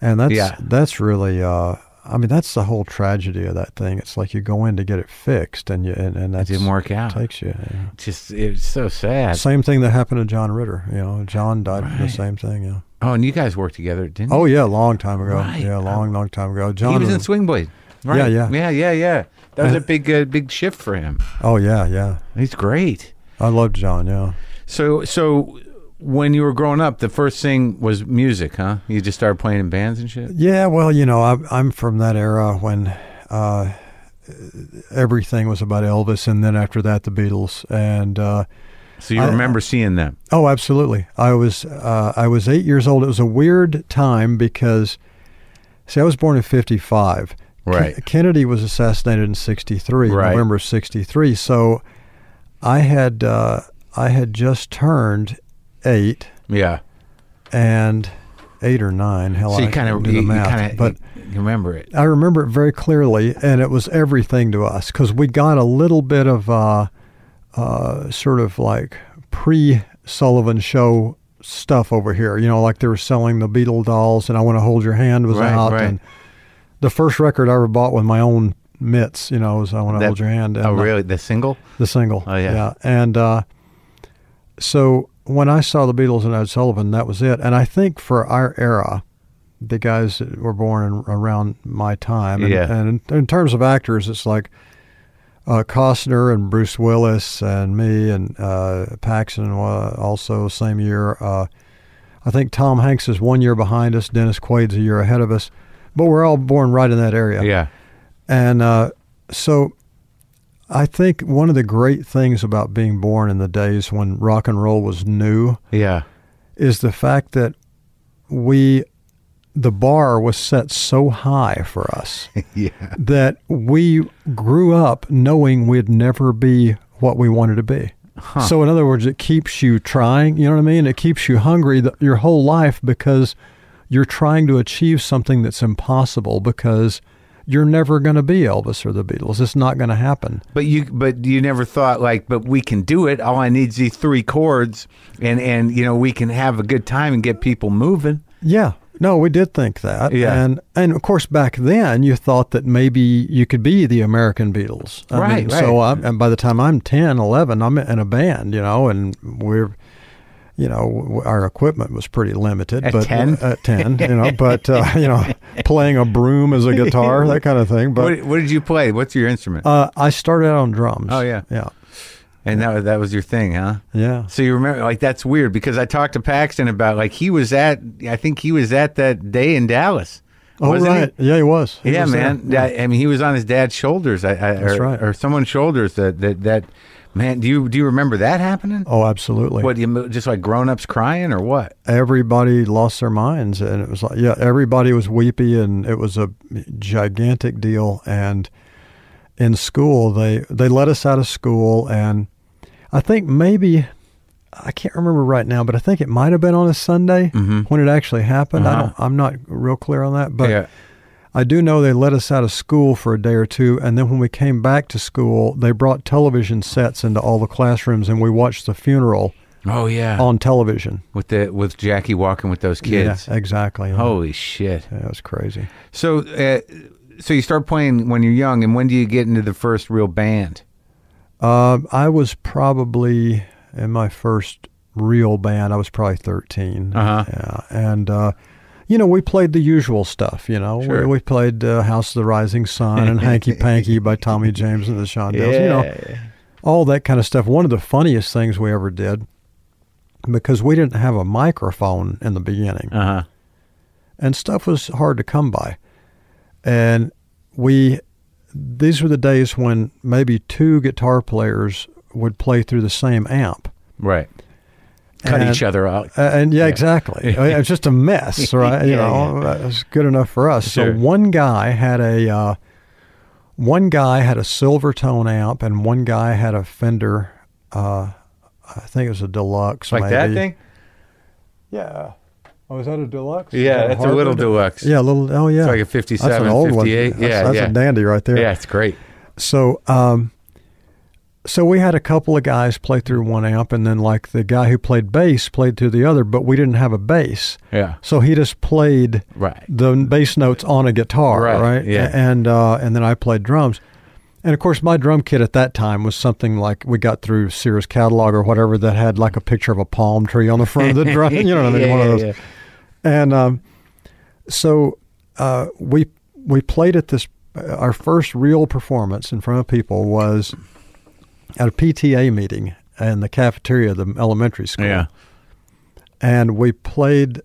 S3: And that's
S4: Yeah.
S3: that's really uh I mean that's the whole tragedy of that thing. It's like you go in to get it fixed and you and, and that
S4: didn't work out.
S3: Takes you. yeah.
S4: Just it's so sad.
S3: Same thing that happened to John Ritter. You know, John died from
S4: Right.
S3: the same thing. Yeah.
S4: Oh, and you guys worked together, didn't? you?
S3: Oh yeah, a long time ago.
S4: Right. Oh.
S3: Yeah, a long, long time ago. John.
S4: he was in Swing Blade. Right?
S3: yeah.
S4: yeah, yeah, yeah. That was a
S3: And-
S4: big, uh, big shift for him.
S3: oh yeah, yeah.
S4: He's great.
S3: I loved John. Yeah.
S4: So, so when you were growing up, the first thing was music, huh? You just started playing in bands and shit.
S3: Yeah. Well, you know, I, I'm from that era when uh, everything was about Elvis, and then after that, the Beatles, and. Uh,
S4: So you
S3: I-
S4: remember seeing them?
S3: Oh, absolutely. I was uh, I was eight years old. It was a weird time because, see, I was born in '55.
S4: Right.
S3: Kennedy was assassinated in '63,
S4: Right.
S3: November of '63. So, I had uh, I had just turned eight
S4: Yeah.
S3: and eight or nine. Hell,
S4: So you
S3: I
S4: kind
S3: can't
S4: of,
S3: do the
S4: you
S3: math,
S4: kind of,
S3: but
S4: you remember it.
S3: I remember it very clearly, and it was everything to us because we got a little bit of uh, uh, sort of like pre Sullivan show stuff over here. You know, like they were selling the Beatle dolls, and I Want to Hold Your Hand was
S4: Right,
S3: out.
S4: right.
S3: And the first record I ever bought with my own mitts, you know, was I Want to
S4: That-
S3: Hold Your Hand. and,
S4: Oh,
S3: uh,
S4: really? The single?
S3: the single.
S4: Oh, yeah.
S3: And uh, so when I saw the Beatles and Ed Sullivan, that was it. And I think for our era, the guys that were born in, around my time, and,
S4: Yeah.
S3: and in, in terms of actors, it's like uh, Costner and Bruce Willis and me and uh, Paxson wa- also same year. Uh, I think Tom Hanks is one year behind us. Dennis Quaid's a year ahead of us, but we're all born right in that area.
S4: Yeah.
S3: And uh, so I think one of the great things about being born in the days when rock and roll was new
S4: Yeah.
S3: is the fact that we, the bar was set so high for us
S4: Yeah.
S3: that we grew up knowing we'd never be what we wanted to be. So, in other words, it keeps you trying, you know what I mean? It keeps you hungry th- your whole life because you're trying to achieve something that's impossible because you're never going to be Elvis or the Beatles. It's not going to happen.
S4: But you, but you never thought like, but we can do it. All I need is these three chords, and and you know we can have a good time and get people moving.
S3: Yeah. No, we did think that.
S4: Yeah.
S3: And and of course back then you thought that maybe you could be the American Beatles. I
S4: Right,
S3: mean, So
S4: right.
S3: I'm, and by the time I'm 10, 11, I'm in a band, you know, and we're you know, w- our equipment was pretty limited.
S4: At
S3: but
S4: 10?
S3: uh, At 10, you know, but, uh, you know, playing a broom as a guitar, that kind of thing. But
S4: what, what did you play? What's your instrument?
S3: uh, I started out on drums.
S4: Oh, yeah.
S3: Yeah.
S4: and that was- that was your thing, huh?
S3: Yeah.
S4: So you remember, like that's weird because I talked to Paxton about like he was at, I think he was at that day in Dallas.
S3: Oh,
S4: wasn't he?
S3: right. Yeah, he was. He
S4: yeah,
S3: was there.
S4: man. That- I mean, he was on his dad's shoulders. I, I,
S3: That's
S4: or,
S3: right.
S4: Or someone's shoulders. That that that man. Do you do you remember that happening?
S3: Oh, absolutely.
S4: What you just like grown ups crying or what?
S3: everybody lost their minds and it was like yeah everybody was weepy and it was a gigantic deal and in school they they let us out of school and i think maybe i can't remember right now but i think it might have been on a sunday
S4: Mm-hmm.
S3: when it actually happened i don't i'm not real clear on that but
S4: Uh-huh. yeah.
S3: I do know they let us out of school for a day or two, and then when we came back to school, they brought television sets into all the classrooms, and we watched the funeral
S4: Oh yeah.
S3: on television.
S4: With the with Jackie walking with those kids.
S3: yeah, exactly. yeah.
S4: Holy shit.
S3: Yeah, it was crazy.
S4: So uh, so you start playing when you're young, and when do you get into the first real band?
S3: Um, I was probably in my first real band. I was probably 13
S4: Uh-huh.
S3: Yeah, and uh, you know we played the usual stuff. You know,
S4: Sure.
S3: we, we played uh, "House of the Rising Sun" and "Hanky Panky" by Tommy James and the Shondells. You know, all that kind of stuff. One of the funniest things we ever did because we didn't have a microphone in the beginning
S4: Uh huh.
S3: and stuff was hard to come by. And we, these were the days when maybe two guitar players would play through the same amp.
S4: Right. Cut
S3: And-
S4: each other out.
S3: Uh, and yeah, exactly. I mean, it was just a mess, right? You
S4: Yeah,
S3: know, that was good enough for us.
S4: Sure.
S3: So one guy had a, uh, one guy had a silver tone amp, and one guy had a Fender. Uh, I think it was a deluxe.
S4: Like that
S3: maybe.
S4: thing?
S3: Yeah. Oh, is that a deluxe? Is that
S4: Yeah, that's a
S3: Hartford?
S4: little deluxe.
S3: Yeah, a little. Oh, yeah.
S4: like a 57, 58.
S3: One.
S4: Yeah,
S3: that's, that's
S4: yeah.
S3: a dandy right there.
S4: Yeah, it's great.
S3: So, um, so we had a couple of guys play through one amp, and then like the guy who played bass played through the other, but we didn't have a bass,
S4: Yeah.
S3: so he just played
S4: Right.
S3: the bass notes on a guitar,
S4: Right,
S3: right?
S4: yeah.
S3: And uh, and then I played drums. And of course, my drum kit at that time was something like we got through Sears catalog or whatever that had like a picture of a palm tree on the front of the drum. You know what I mean?
S4: Yeah,
S3: One of
S4: yeah,
S3: those.
S4: yeah.
S3: And um, so uh, we we played at this. uh, Our first real performance in front of people was at a PTA meeting in the cafeteria of the elementary school.
S4: Yeah.
S3: And we played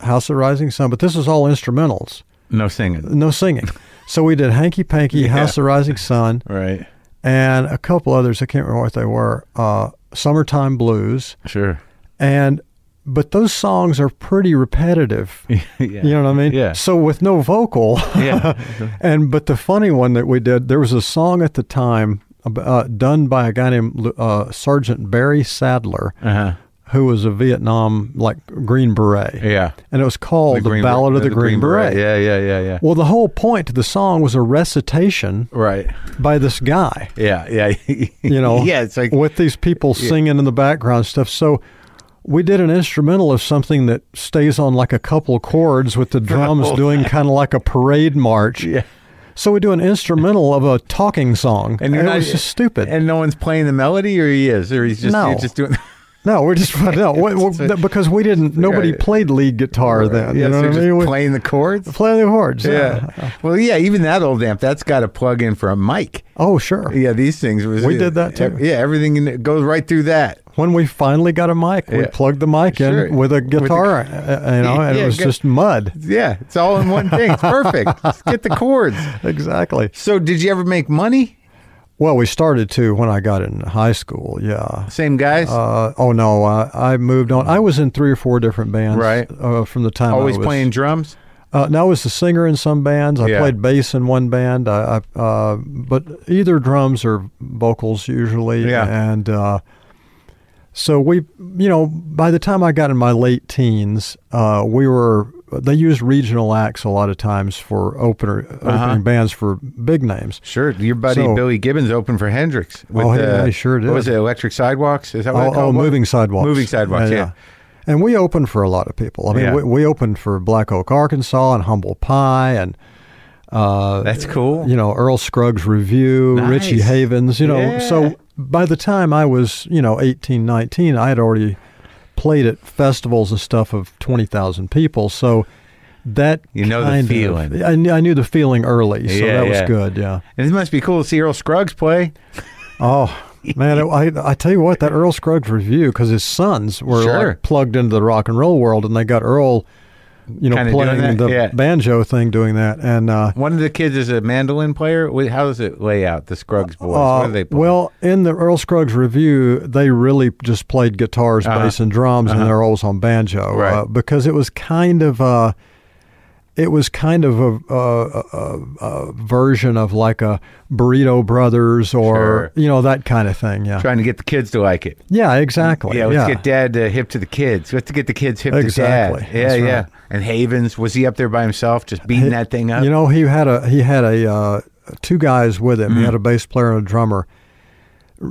S3: House of Rising Sun, but this was all instrumentals,
S4: No singing.
S3: no singing. so we did Hanky Panky, House of Rising Sun,
S4: Right.
S3: and a couple others. I can't remember what they were. Uh, Summertime Blues,
S4: Sure.
S3: and but those songs are pretty repetitive.
S4: yeah.
S3: You know what I mean?
S4: Yeah.
S3: So with no vocal.
S4: Yeah.
S3: and but the funny one that we did, there was a song at the time ab- uh, done by a guy named uh, Sergeant Barry Sadler,
S4: Uh-huh.
S3: who was a Vietnam like Green Beret,
S4: Yeah.
S3: and it was called the,
S4: Green
S3: Ballad
S4: Ber-
S3: of the, Green, Beret.
S4: Yeah, yeah, yeah, yeah.
S3: Well, the whole point of the song was a recitation
S4: Right.
S3: by this guy
S4: Yeah, yeah.
S3: you know,
S4: yeah, it's like
S3: with these people singing in the background stuff. So we did an instrumental of something that stays on like a couple chords with the drums doing kind of like a parade march.
S4: Oh. Yeah.
S3: So we do an instrumental of a talking song, and,
S4: you're
S3: it
S4: not-
S3: was just stupid.
S4: And no one's playing the melody, or he is, or he's just
S3: No.
S4: you're just doing.
S3: no, we're just no we- we-
S4: So-
S3: because we didn't. Nobody played lead guitar then.
S4: yeah,
S3: you know
S4: so
S3: what I
S4: just
S3: mean? We-
S4: playing the chords.
S3: play the chords.
S4: Yeah. Well, yeah. Even that old amp, that's got a plug in for a mic.
S3: Oh, sure.
S4: Yeah, these things was.
S3: We did that, too.
S4: Yeah, everything in it goes right through that.
S3: When we finally got a mic, we
S4: Yeah.
S3: plugged the mic
S4: Sure.
S3: in with a
S4: With the-
S3: guitar, uh, you know, and
S4: Yeah,
S3: it was
S4: good.
S3: just mud.
S4: Yeah, it's all in one thing. It's perfect. Just get the chords.
S3: Exactly.
S4: So, did you ever make money?
S3: Well, we started to when I got in high school. Yeah.
S4: Same guys.
S3: Uh, oh no, I, I moved on. I was in three or four different bands.
S4: Right.
S3: Uh, from the time
S4: Always
S3: I was,
S4: playing drums.
S3: Uh, no, I was the singer in some bands. I
S4: Yeah.
S3: played bass in one band. I, I uh, but either drums or vocals usually.
S4: Yeah.
S3: And uh, so we, you know, by the time I got in my late teens, uh, we were. They used regional acts a lot of times for opener
S4: Uh-huh.
S3: opening bands for big names.
S4: Sure, your buddy
S3: So-
S4: Billy Gibbons opened for Hendrix. With,
S3: Oh, yeah,
S4: uh,
S3: he sure did.
S4: What was it? Electric Sidewalks? Is that what
S3: Oh,
S4: it's called?
S3: oh, moving sidewalks.
S4: Moving sidewalks. Yeah.
S3: And we opened for a lot of people. I mean,
S4: Yeah.
S3: we, we opened for Black Oak, Arkansas, and Humble Pie, and
S4: that's cool.
S3: you know Earl Scruggs Review,
S4: Nice.
S3: Richie Havens. You know,
S4: Yeah.
S3: so by the time I was you know 18, 19, I had already played at festivals and stuff of 20,000 people. So that
S4: You know the
S3: kind of-
S4: feeling.
S3: I, knew, I knew the feeling early, so
S4: Yeah,
S3: that was
S4: yeah.
S3: good. Yeah.
S4: And it must be cool to see Earl Scruggs play.
S3: Oh man, I I tell you what, that Earl Scruggs review because his sons were
S4: Sure.
S3: like plugged into the rock and roll world, and they got Earl, you know,
S4: Kinda doing
S3: playing
S4: that,
S3: the
S4: yeah.
S3: banjo thing, doing that, and uh,
S4: One of the kids is a mandolin player. Wait, How does it lay out? The Scruggs boys. what
S3: uh,
S4: do they play?
S3: well, in the Earl Scruggs review, they really just played guitars,
S4: Uh-huh.
S3: bass, and drums, and they're always on banjo,
S4: Right.
S3: uh, because it was kind of uh, it was kind of a, a, a, a version of like a Burrito Brothers or
S4: Sure.
S3: you know that kind of thing, yeah,
S4: trying to get the kids to like it.
S3: yeah, exactly,
S4: Yeah, let's get dad uh, hip to the kids. Let's get the kids hip
S3: Exactly.
S4: to dad. Yeah,
S3: That's
S4: yeah.
S3: right.
S4: And Havens was he up there by himself, just beating that thing up?
S3: You know, he had a he had a uh, two guys with him. He had a
S4: Mm-hmm.
S3: bass player and a drummer.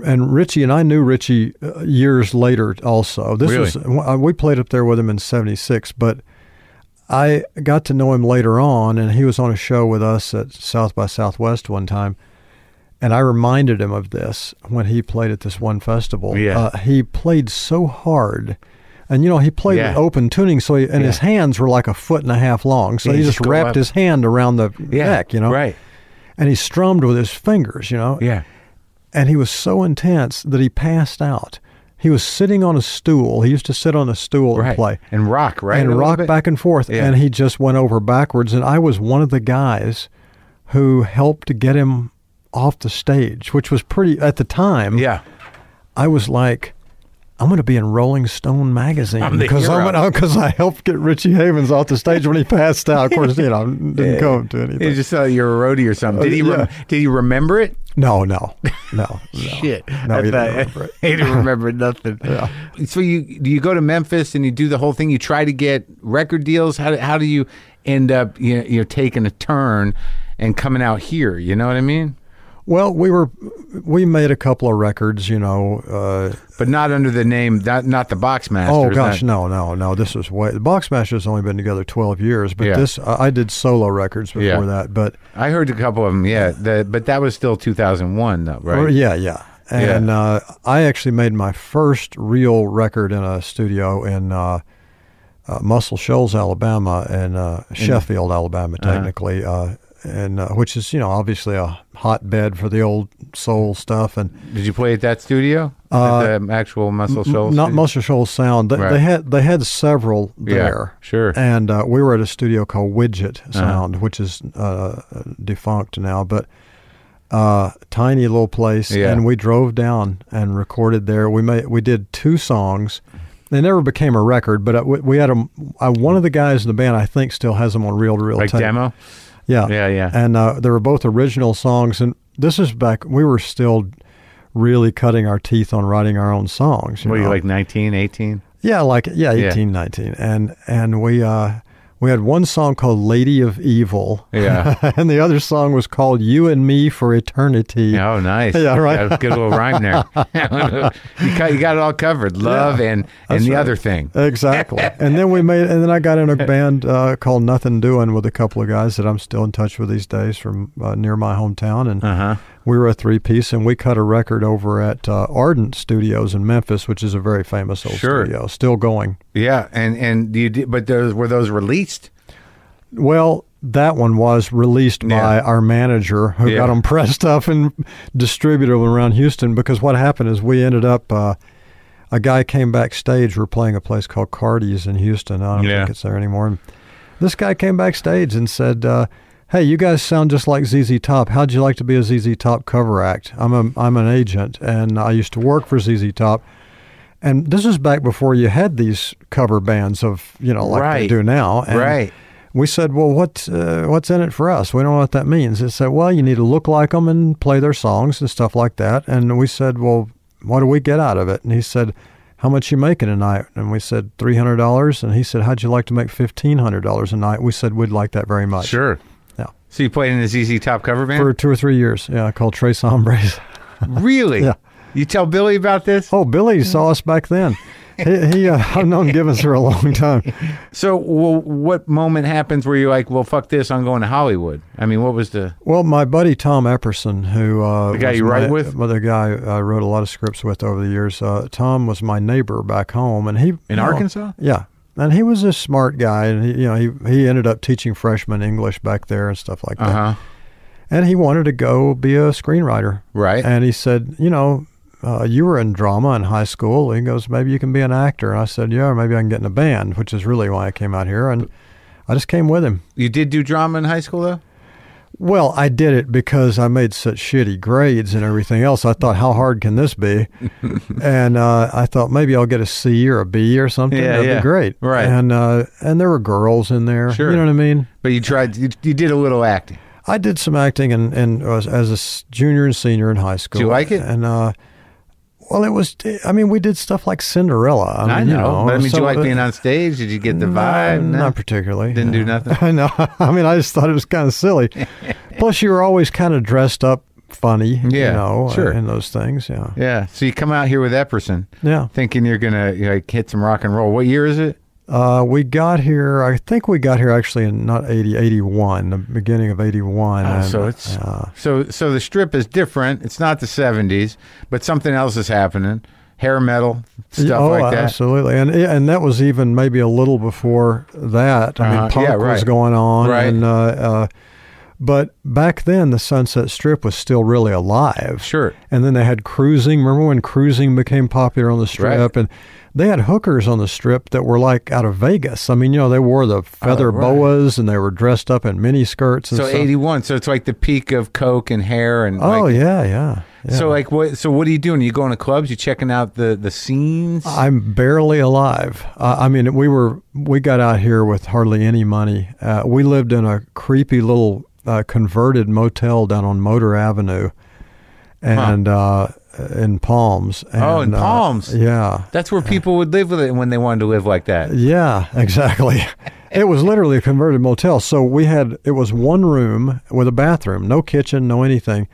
S3: And Richie and I knew Richie uh, years later. Also, this
S4: Really?
S3: was uh, we played up there with him in '76, but I got to know him later on, and he was on a show with us at South by Southwest one time. And I reminded him of this when he played at this one festival.
S4: Yeah.
S3: Uh, he played so hard. And, you know, he played
S4: Yeah.
S3: with open tuning, so he, and his hands were like a foot and a half long. So
S4: Yeah,
S3: he
S4: you
S3: just
S4: just go
S3: wrapped
S4: up.
S3: his hand around the
S4: yeah,
S3: neck, you know?
S4: right?
S3: And he strummed with his fingers, you know?
S4: Yeah,
S3: And he was so intense that he passed out. He was sitting on a stool. He used to sit on a stool
S4: right.
S3: and play
S4: and rock, right? A
S3: and
S4: little
S3: rock
S4: bit?
S3: back and forth.
S4: Yeah.
S3: And he just went over backwards. And I was one of the guys who helped to get him off the stage, which was pretty, at the time,
S4: Yeah,
S3: I was like, I'm going to be in Rolling Stone magazine
S4: I'm the
S3: because
S4: hero.
S3: I because I helped get Richie Havens off the stage when he passed out. Of course, you know, didn't come to anything.
S4: he just thought you were a roadie or something. Did he? Rem- Did he remember it?
S3: no, no, no, no.
S4: Shit,
S3: No,
S4: I
S3: he didn't
S4: thought-
S3: remember it.
S4: he didn't remember nothing. So you do you go to Memphis and you do the whole thing. You try to get record deals. How do, how do you end up? You know, you're taking a turn and coming out here. You know what I mean?
S3: Well, we were we made a couple of records, you know. Uh,
S4: But not under the name, not not the Boxmaster.
S3: oh gosh, no, no, no. This was way. The Boxmaster has only been together twelve years, but
S4: Yeah.
S3: this I I did solo records before
S4: Yeah.
S3: that. But
S4: I heard a couple of them. Yeah, the, but that was still 2001, though, right?
S3: Or- yeah, yeah. And Uh, I actually made my first real record in a studio in uh, uh, Muscle Shoals, Alabama, and uh, Sheffield, Alabama, technically, uh and uh, which is you know obviously a hotbed for the old soul stuff and
S4: Did you play at that studio? At the actual Muscle Shoals?
S3: Uh, not
S4: studio?
S3: Muscle Shoals Sound. They,
S4: Right.
S3: they had they had several
S4: Yeah,
S3: there.
S4: sure. Uh-huh.
S3: And uh, we were at a studio called Widget Sound, which is uh, defunct now, but uh, tiny little place.
S4: Yeah.
S3: And we drove down and recorded there. We made we did two songs. They never became a record, but uh, we, we had them. Uh, one of the guys in the band, I think, still has them on reel to reel
S4: Like demo?
S3: yeah.
S4: Yeah, yeah.
S3: And uh, they were both original songs. And this is back, we were still really cutting our teeth on writing our own songs.
S4: Were you
S3: know?
S4: like 19, 18?
S3: Yeah, like, yeah,
S4: Yeah.
S3: eighteen, nineteen, And, and we, uh, we had one song called Lady of Evil.
S4: Yeah.
S3: and the other song was called You and Me for Eternity.
S4: Oh, nice.
S3: Yeah, right.
S4: Got a Good little rhyme there. you, got, you got it all covered. Love and, and
S3: That's
S4: the
S3: right.
S4: other thing.
S3: Exactly. and then we made, and then I got in a band uh, called Nothing Doing with a couple of guys that I'm still in touch with these days from uh, near my hometown. And
S4: Uh-huh.
S3: we were a three piece, and we cut a record over at uh, Ardent Studios in Memphis, which is a very famous old
S4: Sure.
S3: studio, still going.
S4: Yeah, and and you did, but those were those released?
S3: Well, that one was released by
S4: Yeah.
S3: our manager who
S4: Yeah.
S3: got them pressed up and distributed them around Houston because what happened is we ended up. Uh, a guy came backstage. We're playing a place called Cardi's in Houston. I don't
S4: Yeah.
S3: think it's there anymore. And this guy came backstage and said, uh, "Hey, you guys sound just like ZZ Top. How'd you like to be a ZZ Top cover act? I'm a I'm an agent, and I used to work for ZZ Top." And this is back before you had these cover bands of you know like they
S4: Right.
S3: do now. And
S4: Right.
S3: We said, well, what uh, what's in it for us? We don't know what that means. It said, well, you need to look like them and play their songs and stuff like that. And we said, well, what do we get out of it? And he said, how much you making a night? And we said three hundred dollars. And he said, how'd you like to make fifteen hundred dollars a night? We said we'd like that very much.
S4: Sure.
S3: Yeah.
S4: So you played in the ZZ Top cover band?
S3: For two or three years, yeah, called Trace Hombres.
S4: really?
S3: Yeah.
S4: You tell Billy about this?
S3: Oh, Billy saw us back then. he, he uh, I've known Gibbons for a long time.
S4: So, well, what moment happens where you're like, well, fuck this, I'm going to Hollywood? I mean, what was the.
S3: Well, my buddy Tom Epperson, who uh,
S4: The guy
S3: was
S4: you write
S3: my-
S4: with?
S3: well, the guy I wrote a lot of scripts with over the years. Uh, Tom was my neighbor back home, and he in
S4: Arkansas?
S3: Yeah, and he was a smart guy, and he, you know, he he ended up teaching freshmen English back there and stuff like that.
S4: Uh huh.
S3: And he wanted to go be a screenwriter,
S4: Right.
S3: And he said, you know. Uh, you were in drama in high school. He goes, maybe you can be an actor. And I said, yeah, or maybe I can get in a band, which is really why I came out here. And I just came with him.
S4: You did do drama in high school, though?
S3: Well, I did it because I made such shitty grades and everything else. I thought, how hard can this be? and uh, I thought maybe I'll get a C or a B or something.
S4: Yeah,
S3: That'd
S4: yeah.
S3: be great.
S4: Right.
S3: And uh, and there were girls in there.
S4: Sure.
S3: You know what I mean?
S4: But you tried, you, you did a little acting.
S3: I did some acting and and as, as a s- junior and senior in high school.
S4: you like it?
S3: And uh, well, it was. I mean, we did stuff like Cinderella. I,
S4: I, know.
S3: mean, you know
S4: but I mean, did
S3: so-
S4: you like being on stage? Did you get the vibe?
S3: No,
S4: No.
S3: Mm, Not particularly.
S4: Didn't do nothing?
S3: I know. I mean, I just thought it was kind of silly. Plus, you were always kind of dressed up funny.
S4: Yeah,
S3: You know,
S4: sure.
S3: And those things. Yeah.
S4: Yeah. So you come out here with Epperson
S3: Yeah.
S4: thinking you're going to you know, like, hit some rock and roll. What year is it?
S3: Uh, we got here, I think we got here actually in not 80, 81, the beginning of 81.
S4: Oh,
S3: and,
S4: so it's
S3: uh,
S4: so so the strip is different. It's not the '70s, but something else is happening. Hair metal stuff
S3: oh,
S4: like that.
S3: absolutely, and and that was even maybe a little before that. I
S4: Uh-huh.
S3: mean, punk
S4: Yeah,
S3: was
S4: right.
S3: going on,
S4: Right.
S3: And, uh, uh, but back then, the Sunset Strip was still really alive.
S4: Sure.
S3: And then they had cruising. Remember when cruising became popular on the strip?
S4: Right.
S3: And they had hookers on the strip that were like out of Vegas. I mean, you know, they wore the feather
S4: Uh, right.
S3: boas and they were dressed up in mini skirts. And
S4: So
S3: stuff.
S4: '81. So it's like the peak of coke and hair and.
S3: Oh
S4: like,
S3: yeah, yeah, yeah.
S4: So like what? So what are you doing? Are you going to clubs? You checking out the the scenes?
S3: I'm barely alive. Uh, I mean, we were we got out here with hardly any money. Uh, we lived in a creepy little uh, converted motel down on Motor Avenue, and uh, in Palms. And,
S4: Oh, in
S3: uh,
S4: Palms.
S3: yeah,
S4: That's where people would live with it when they wanted to live like that.
S3: yeah, exactly. it was literally a converted motel. So we had it was one room with a bathroom, no kitchen, no anything.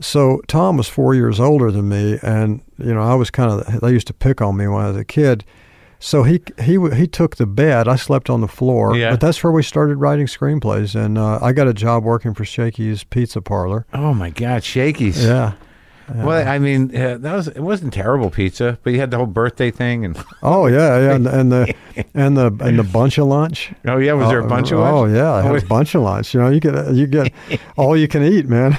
S3: So Tom was four years older than me, and you know I was kind of they used to pick on me when I was a kid. So he he w- he took the bed. I slept on the floor.
S4: Yeah.
S3: But that's where we started writing screenplays, and uh, I got a job working for Shakey's Pizza Parlor.
S4: Oh my God, shakies.
S3: Yeah.
S4: Well, I mean, uh, that was it wasn't terrible pizza, but you had the whole birthday thing and
S3: Oh yeah, yeah, and, and the and the and the bunch of lunch.
S4: oh yeah, was there a bunch of lunch?
S3: Oh yeah, I
S4: Oh,
S3: had a
S4: wait.
S3: bunch of lunch. You know, you get you get all you can eat, man.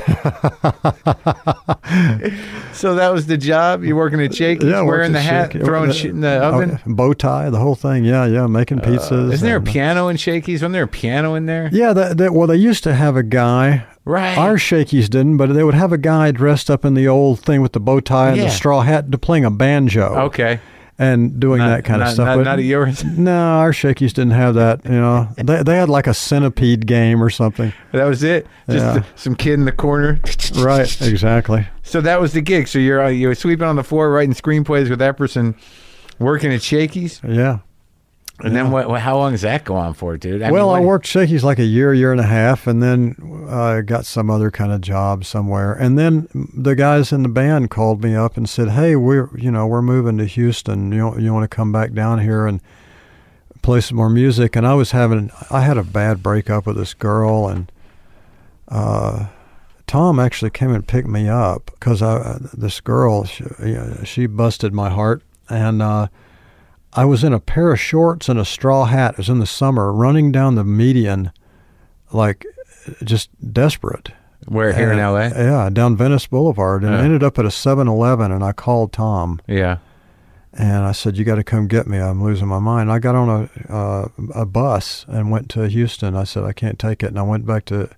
S4: So that was the job. You're working at Shaky's,
S3: yeah,
S4: wearing the hat, throwing shit in the oven. Uh,
S3: bow tie, the whole thing. Yeah, yeah, making pizzas.
S4: Isn't there a
S3: and-
S4: piano in Shakey's? Wasn't there a piano in there?
S3: Yeah, that, that, well, they used to have a guy.
S4: Right.
S3: Our shakies didn't, but they would have a guy dressed up in the old thing with the bow tie and
S4: Yeah.
S3: the straw hat to playing a banjo.
S4: Okay.
S3: And doing
S4: Not-
S3: that kind
S4: not-
S3: of stuff.
S4: not-
S3: but-
S4: not at yours?
S3: No, our shakies didn't have that. You know, they, they had like a centipede game or something.
S4: That was it. Just
S3: Yeah.
S4: some kid in the corner.
S3: Right, exactly.
S4: So that was the gig. So you're uh, you're sweeping on the floor, writing screenplays with Epperson, working at Shakey's,
S3: Yeah.
S4: and then what? what- How long does that go on for, dude? I
S3: well,
S4: mean,
S3: I
S4: what-
S3: worked Shakey's like a year, year and a half, and then I got some other kind of job somewhere. And then the guys in the band called me up and said, "Hey, we're you know we're moving to Houston. You you want to come back down here and play some more music?" And I was having I had a bad breakup with this girl, and uh, Tom actually came and picked me up because I this girl she, yeah, she busted my heart and. uh I was in a pair of shorts and a straw hat. It was in the summer, running down the median, like just desperate.
S4: Where here in
S3: And-
S4: L.A.
S3: Yeah, down Venice Boulevard, and
S4: Yeah.
S3: ended up at a 7-Eleven. And I called Tom
S4: yeah.
S3: and I said, "You got to come get me. I'm losing my mind." I got on a uh, a bus and went to Houston. I said, "I can't take it," and I went back to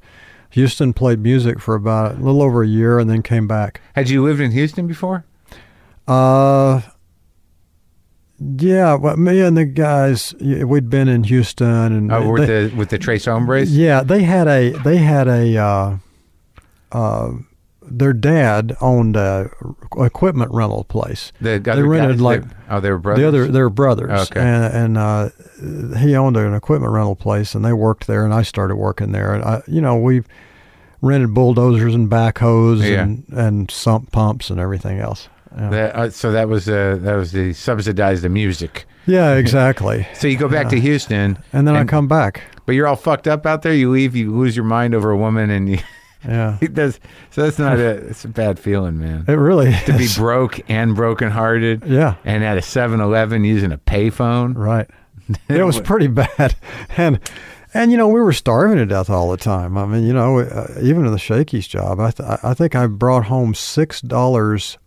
S3: Houston. Played music for about a little over a year, and then came back.
S4: Had you lived in Houston before?
S3: Uh, yeah. Well, me and the guys, y- we'd been in Houston, and
S4: Oh, with
S3: they-
S4: the with the Trace Hombres.
S3: yeah, they had a they had a uh, uh, their dad owned a equipment rental place.
S4: The
S3: They rented
S4: guys,
S3: like
S4: oh, they were brothers.
S3: The other, they're brothers,
S4: Okay.
S3: and, and uh, he owned an equipment rental place, and they worked there, and I started working there, and I, you know, we rented bulldozers and backhoes
S4: Yeah.
S3: and and sump pumps and everything else.
S4: That, uh, so that was uh, that was the subsidized the music.
S3: Yeah, exactly.
S4: So you go back to Houston,
S3: And then I come back.
S4: but you're all fucked up out there. You leave, you lose your mind over a woman, and you.
S3: Yeah,
S4: It does. So that's not a. It's a bad feeling, man.
S3: it really
S4: to be
S3: is.
S4: broke and brokenhearted.
S3: Yeah.
S4: And at a 7-Eleven using a payphone.
S3: Right. it was pretty bad, and and you know we were starving to death all the time. I mean, you know, uh, even in the Shakey's job, I th- I think I brought home six dollars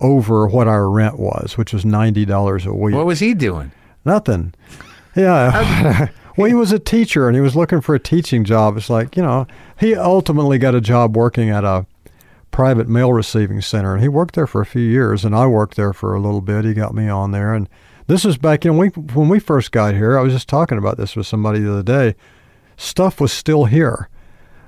S3: over what our rent was, which was ninety dollars a week.
S4: What was he doing?
S3: Nothing. Yeah. well, he was a teacher and he was looking for a teaching job. It's like, you know, he ultimately got a job working at a private mail receiving center and he worked there for a few years and I worked there for a little bit. He got me on there and this is back in we when we first got here. I was just talking about this with somebody the other day. Stuff was still here.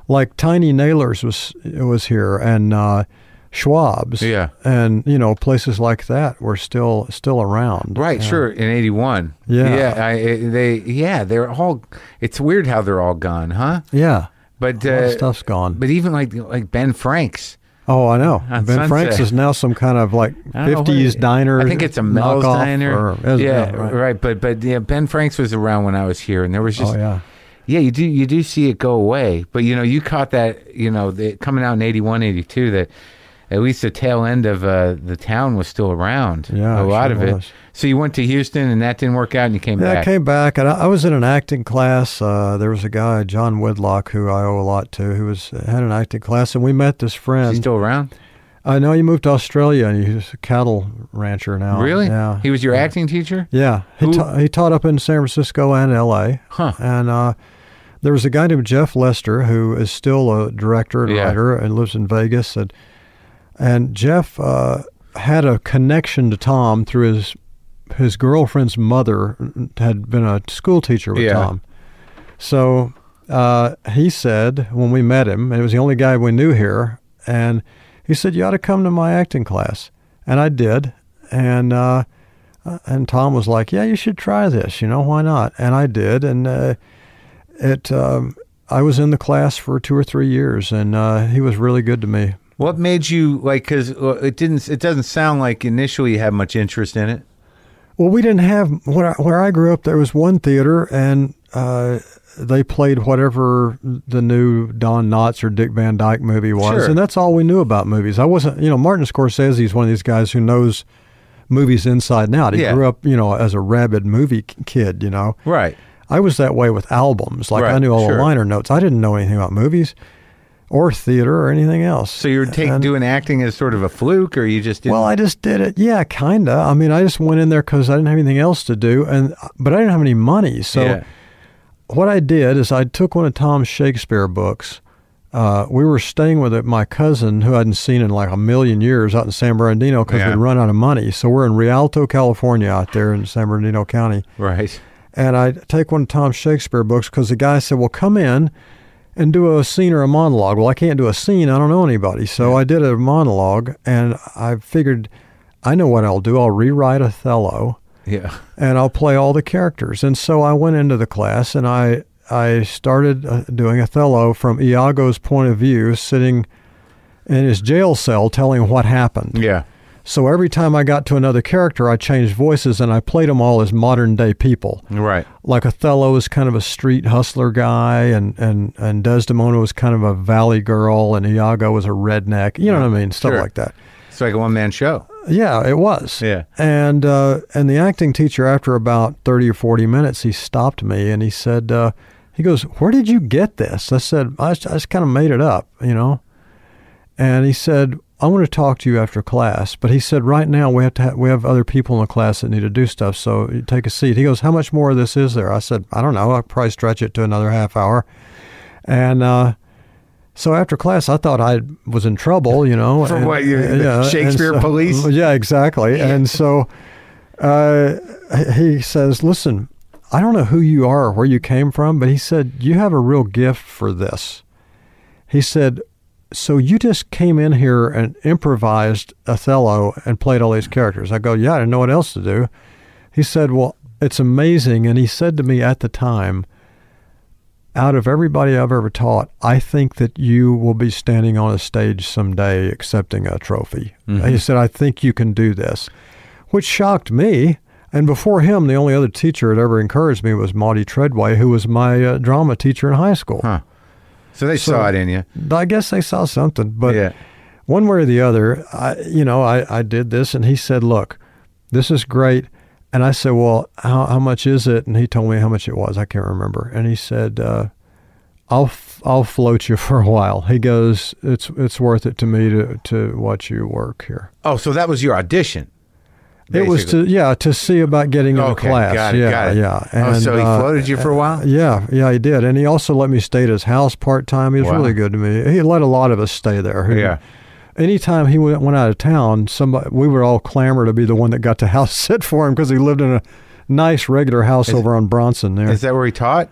S3: Like Tiny Nailers was was here and uh Schwab's
S4: Yeah.
S3: and you know places like that were still still around
S4: Right,
S3: Yeah.
S4: sure. In '81.
S3: Yeah.
S4: Yeah. I, I- they. Yeah. They're all. It's weird how they're all gone, huh?
S3: yeah
S4: But
S3: All that
S4: uh,
S3: stuff's gone.
S4: But even like like Ben Franks.
S3: Oh, I know.
S4: on
S3: ben Franks
S4: Sunset.
S3: is now some kind of like
S4: I don't know what
S3: fifties
S4: it-
S3: diner.
S4: I think it's a Mel's
S3: knockoff
S4: diner.
S3: or- it was-
S4: yeah,
S3: right.
S4: right. But but yeah, Ben Franks was around when I was here, and there was just
S3: Oh yeah,
S4: yeah, you do you do see it go away, but you know you caught that you know the, coming out in 81, 82, that at least the tail end of uh, the town was still around.
S3: Yeah,
S4: a
S3: it
S4: lot
S3: sure
S4: of it.
S3: was.
S4: So you went to Houston, and that didn't work out, and you came
S3: yeah. I
S4: back.
S3: came back and I, I was in an acting class. Uh, there was a guy, John Whitlock, who I owe a lot to, who was had an acting class, and we met this
S4: Is
S3: friend.
S4: he still around?
S3: I know he moved to Australia and he's a cattle rancher now.
S4: really?
S3: Oh, Yeah.
S4: He was your acting teacher.
S3: Yeah, he,
S4: Who-
S3: ta- he taught up in San Francisco and L.A.
S4: Huh.
S3: And uh, there was a guy named Jeff Lester who is still a director and
S4: Yeah.
S3: writer and lives in Vegas. And and Jeff uh, had a connection to Tom through his his girlfriend's mother had been a school teacher with
S4: Yeah.
S3: Tom. So uh, he said when we met him, and it was the only guy we knew here, and he said you ought to come to my acting class, and I did, and uh, uh, and Tom was like, yeah, you should try this, you know, why not? And I did, and uh, it um, I was in the class for two or three years, and uh, he was really good to me.
S4: What made you like? Because it didn't. It doesn't sound like initially you had much interest in it.
S3: Well, we didn't have where I, where I grew up. There was one theater, and uh, they played whatever the new Don Knotts or Dick Van Dyke movie was,
S4: Sure.
S3: and that's all we knew about movies. I wasn't, you know, Martin Scorsese is one of these guys who knows movies inside and out. He
S4: Yeah.
S3: grew up, you know, as a rabid movie k- kid. You know,
S4: Right.
S3: I was that way with albums. Like I
S4: Right,
S3: knew all
S4: sure.
S3: the liner notes. I didn't know anything about movies or theater or anything else.
S4: So you were take,
S3: And-
S4: doing acting as sort of a fluke, or you just didn't.
S3: well, I just did it. Yeah, kinda. I mean, I just went in there because I didn't have anything else to do, and but I didn't have any money. So
S4: Yeah.
S3: what I did is I took one of Tom's Shakespeare books. Uh, we were staying with my cousin who I hadn't seen in like a million years out in San Bernardino because
S4: Yeah.
S3: we'd run out of money. So we're in Rialto, California, out there in San Bernardino County
S4: right.
S3: and I take one of Tom Shakespeare books because the guy said, "Well, come in and do a scene or a monologue." Well, I can't do a scene; I don't know anybody, so I did a monologue, and I figured, I know what I'll do. I'll rewrite Othello,
S4: Yeah.
S3: and I'll play all the characters. And so I went into the class, and I I started uh, doing Othello from Iago's point of view, sitting in his jail cell, telling what happened.
S4: Yeah.
S3: So every time I got to another character, I changed voices, and I played them all as modern day people
S4: Right.
S3: like Othello is kind of a street hustler guy, and and and Desdemona was kind of a valley girl, and Iago was a redneck. You know what I mean? Stuff
S4: Sure.
S3: like that.
S4: It's like a one man show.
S3: Yeah, it was.
S4: Yeah.
S3: And uh, and the acting teacher, after about thirty or forty minutes, he stopped me and he said, uh, he goes, "Where did you get this?" I said, "I just, I just kind of made it up," you know. And he said, "I want to talk to you after class," but he said, "Right now we have to ha- we have other people in the class that need to do stuff, so you take a seat." He goes, "How much more of this is there?" I said, "I don't know. I'll probably stretch it to another half hour," and. Uh, so after class, I thought I was in trouble, you know.
S4: For what, you- the
S3: and
S4: Shakespeare police?
S3: Yeah, exactly. And so uh, he says, Listen, I don't know who you are or where you came from, but he said, You have a real gift for this. He said, So you just came in here and improvised Othello and played all these characters. I go, Yeah, I didn't know what else to do. He said, Well, it's amazing. And he said to me at the time, out of everybody I've ever taught, I think that you will be standing on a stage someday accepting a trophy. And he said, I think you can do this, which shocked me. And before him, the only other teacher that ever encouraged me was Maudie Treadway, who was my uh, drama teacher in high school.
S4: Huh. So they saw it in you.
S3: I guess they saw something, but
S4: Yeah.
S3: one way or the other, I, you know, I, I did this and he said, look, this is great. And I said, well, how, how much is it? And he told me how much it was. I can't remember. And he said, uh, I'll, f- I'll float you for a while. He goes, it's, it's worth it to me to, to watch you work here.
S4: Oh, so that was your audition.
S3: It was to,
S4: basically.
S3: yeah, to see about getting into
S4: Okay,
S3: class.
S4: got it,
S3: yeah,
S4: got it.
S3: yeah.
S4: Oh, so he
S3: uh,
S4: floated you for a while?
S3: yeah, yeah, he did, and he also let me stay at his house part time. He was
S4: Wow.
S3: really good to me. He let a lot of us stay there. He-
S4: Yeah.
S3: Anytime he went, went out of town, somebody we would all clamor to be the one that got the house sit for him because he lived in a nice regular house over on Bronson there.
S4: Is that where he taught?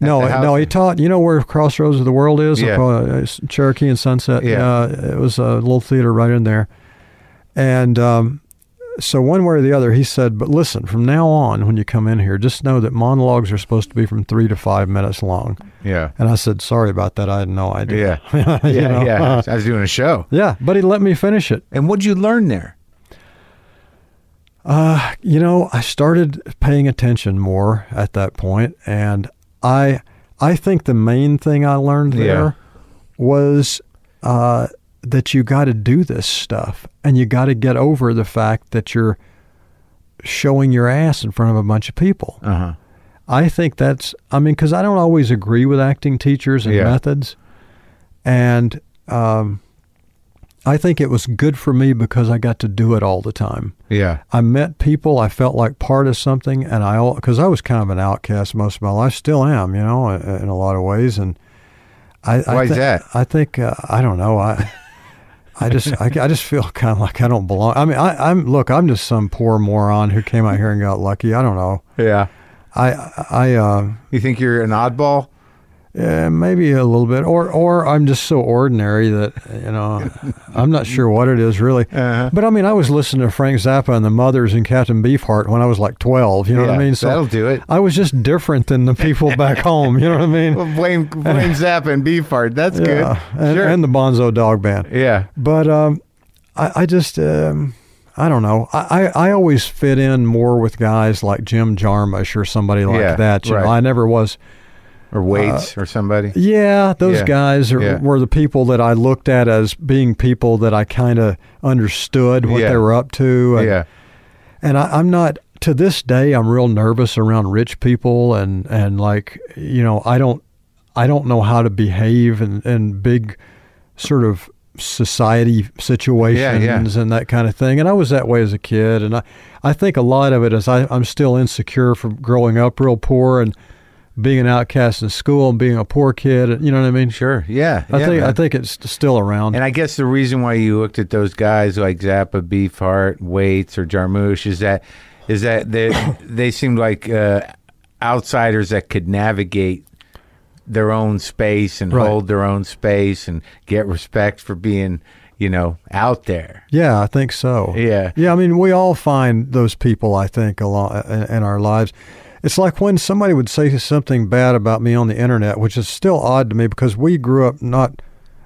S4: At
S3: no,
S4: the house?
S3: no, he taught. You know where Crossroads of the World is?
S4: Yeah.
S3: Up, uh, it's Cherokee and Sunset.
S4: Yeah.
S3: Uh, it was a little theater right in there, and um, so one way or the other, he said, "But listen, from now on, when you come in here, just know that monologues are supposed to be from three to five minutes long."
S4: Yeah.
S3: And I said, "Sorry about that. I had no idea."
S4: Yeah. Yeah.
S3: You
S4: yeah,
S3: know?
S4: I was doing a show.
S3: yeah. But he let me finish it.
S4: And what'd you learn there?
S3: you know, I started paying attention more at that point, and I I think the main thing I learned
S4: Yeah.
S3: there was uh, that you got to do this stuff, and you got to get over the fact that you're showing your ass in front of a bunch of people.
S4: Uh-huh.
S3: I think that's, I mean, because I don't always agree with acting teachers and
S4: Yeah.
S3: methods. And um, I think it was good for me because I got to do it all the time.
S4: Yeah.
S3: I met people. I felt like part of something, and I because I was kind of an outcast most of my life, still am, you know, in, in a lot of ways. And I, I
S4: Why is
S3: thi-
S4: that?
S3: I think uh, I don't know. I I just I, I just feel kind of like I don't belong. I mean, I, I'm look, I'm just some poor moron who came out here and got lucky. I don't know.
S4: Yeah.
S3: I I uh,
S4: You think you're an oddball?
S3: yeah, maybe a little bit, or or I'm just so ordinary that you know I'm not sure what it is really.
S4: Uh-huh.
S3: But I mean, I was listening to Frank Zappa and the Mothers and Captain Beefheart when I was like 12. You know what
S4: Yeah,
S3: I mean? So
S4: that'll do it.
S3: I was just different than the people back home. You know what I mean?
S4: Well, blame blame Zappa and Beefheart. That's
S3: yeah,
S4: good.
S3: and,
S4: sure.
S3: and the Bonzo Dog Band.
S4: yeah.
S3: But um, I, I just, um, I don't know. I, I, I always fit in more with guys like Jim Jarmusch or somebody like
S4: Yeah,
S3: that. You know,
S4: right.
S3: I never was.
S4: Or Waits or somebody.
S3: Yeah, those
S4: Yeah.
S3: guys are,
S4: Yeah.
S3: were the people that I looked at as being people that I kind of understood what
S4: Yeah.
S3: they were up to. And,
S4: yeah.
S3: and I, I'm not to this day. I'm real nervous around rich people, and and like you know, I don't I don't know how to behave in, in big sort of society situations and that kind of thing. And I was that way as a kid, and I I think a lot of it is I, I'm still insecure from growing up real poor and being an outcast in school and being a poor kid. You know what I mean?
S4: Sure. Yeah.
S3: I
S4: yeah,
S3: think I
S4: man.
S3: think it's still around.
S4: And I guess the reason why you looked at those guys like Zappa, Beefheart, Waits, or Jarmusch is that is that they they seemed like uh, outsiders that could navigate their own space and
S3: Right.
S4: hold their own space and get respect for being you know out there.
S3: Yeah, I think so.
S4: Yeah.
S3: Yeah, I mean, we all find those people, I think, a lot uh, in in our lives. It's like when somebody would say something bad about me on the internet, which is still odd to me because we grew up not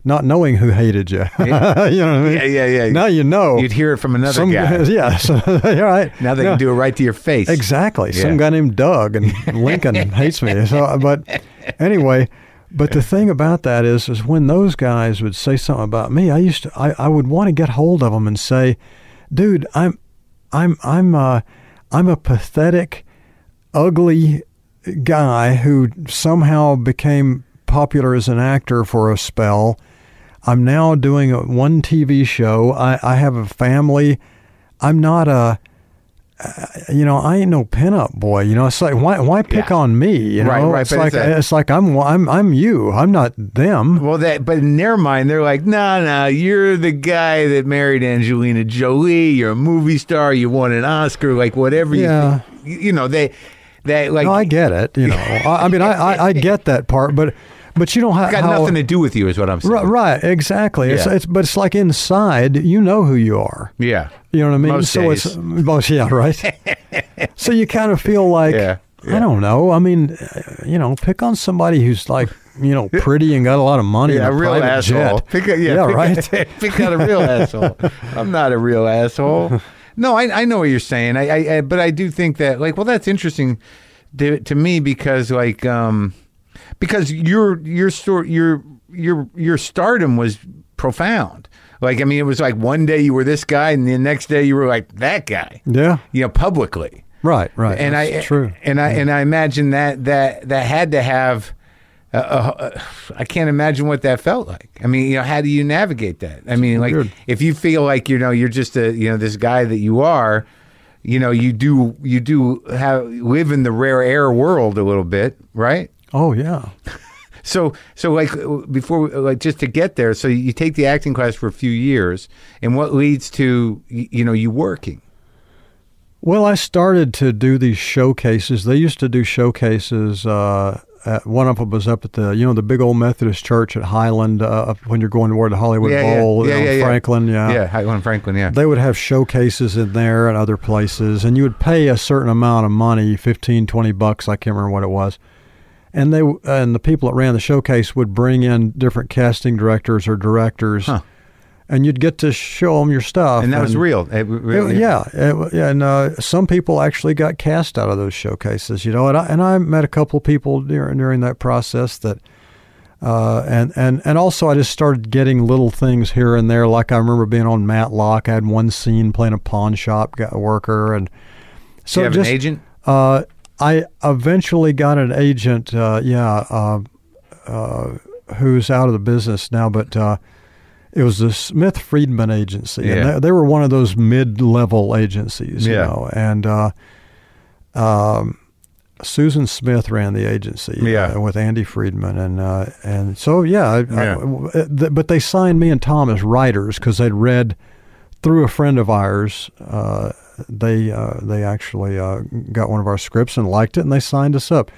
S3: not knowing who hated you. you know what I mean?
S4: Yeah, yeah, yeah.
S3: Now you know.
S4: You'd hear it from another
S3: Some
S4: guy.
S3: Yeah, so, you're right.
S4: Now they
S3: No.
S4: can do it right to your face.
S3: Exactly.
S4: Yeah.
S3: Some guy named Doug and Lincoln hates me. So, but anyway, but the thing about that is, is when those guys would say something about me, I used to, I, I would want to get hold of them and say, dude, I'm, I'm, I'm, uh, I'm a pathetic, ugly guy who somehow became popular as an actor for a spell. I'm now doing a, one TV show. I, I have a family. I'm not a, you know, I ain't no pinup boy. You know, it's like why why pick
S4: Yeah.
S3: on me? You
S4: Right,
S3: know,
S4: right,
S3: It's
S4: but
S3: like
S4: it's a-
S3: it's like I'm I'm I'm you. I'm not them.
S4: Well, that but in their mind, they're like, nah, nah, you're the guy that married Angelina Jolie. You're a movie star. You won an Oscar. Like whatever.
S3: Yeah.
S4: You, you know they, they like
S3: No, I get it. You know, I, I mean, I, I I get that part, but but you know how
S4: got
S3: how,
S4: nothing to do with you, is what I'm saying.
S3: Right, right, exactly. It's,
S4: Yeah.
S3: it's but it's like inside, you know who you are.
S4: Yeah.
S3: You know what I mean?
S4: Most
S3: so
S4: days.
S3: it's most yeah, right. so you kind of feel like
S4: Yeah.
S3: I don't know. I mean, uh, you know, pick on somebody who's like, you know, pretty and got a lot of money.
S4: Yeah, a
S3: and
S4: real
S3: private
S4: asshole.
S3: jet.
S4: Pick a, yeah,
S3: yeah
S4: pick
S3: right.
S4: A, pick out a real asshole. I'm not a real asshole. No, I, I know what you're saying. I, I, I but I do think that like well that's interesting to, to me because like um because your your story your your your stardom was profound. Like I mean it was like one day you were this guy and the next day you were like that guy.
S3: yeah.
S4: You know publicly.
S3: Right. Right.
S4: And
S3: That's
S4: I
S3: true.
S4: And I and I imagine that that that had to have. Uh, uh, I can't imagine what that felt like. I mean, you know, how do you navigate that? I mean, like
S3: Weird.
S4: if you feel like you know you're just a you know this guy that you are, you know, you do you do have live in the rare air world a little bit, right?
S3: oh yeah.
S4: So so like before like just to get there, so you take the acting class for a few years, and what leads to y- you know you working?
S3: Well, I started to do these showcases. They used to do showcases. Uh, at, one of them was up at the, you know, the big old Methodist church at Highland. Uh, up when you're going toward the Hollywood Bowl, you know, Franklin. Yeah,
S4: yeah, Highland Franklin, yeah.
S3: They would have showcases in there and other places, and you would pay a certain amount of money, 15, 20 bucks, I can't remember what it was. And they and the people that ran the showcase would bring in different casting directors or directors, and you'd get to show them your stuff.
S4: and that was real. It
S3: It-
S4: really-
S3: yeah, it wa- yeah, and uh, some people actually got cast out of those showcases, you know. And I and I met a couple people during during that process that, uh, and and and also I just started getting little things here and there. Like I remember being on Matlock, I had one scene playing a pawn shop guy, worker, and
S4: Do
S3: so
S4: you have
S3: just
S4: an agent?
S3: uh, I eventually got an agent, uh, yeah, uh, uh, who's out of the business now, but uh, it was the Smith Friedman agency. And
S4: Yeah.
S3: they, they were one of those mid level agencies, you
S4: Yeah.
S3: know. And uh, um, Susan Smith ran the agency
S4: Yeah.
S3: uh, with Andy Friedman. And uh, and so, yeah, I- I-
S4: Yeah.
S3: w- uh, th- but they signed me and Tom as writers because they'd read through a friend of ours, uh, they uh, they actually uh, got one of our scripts and liked it, and they signed us up.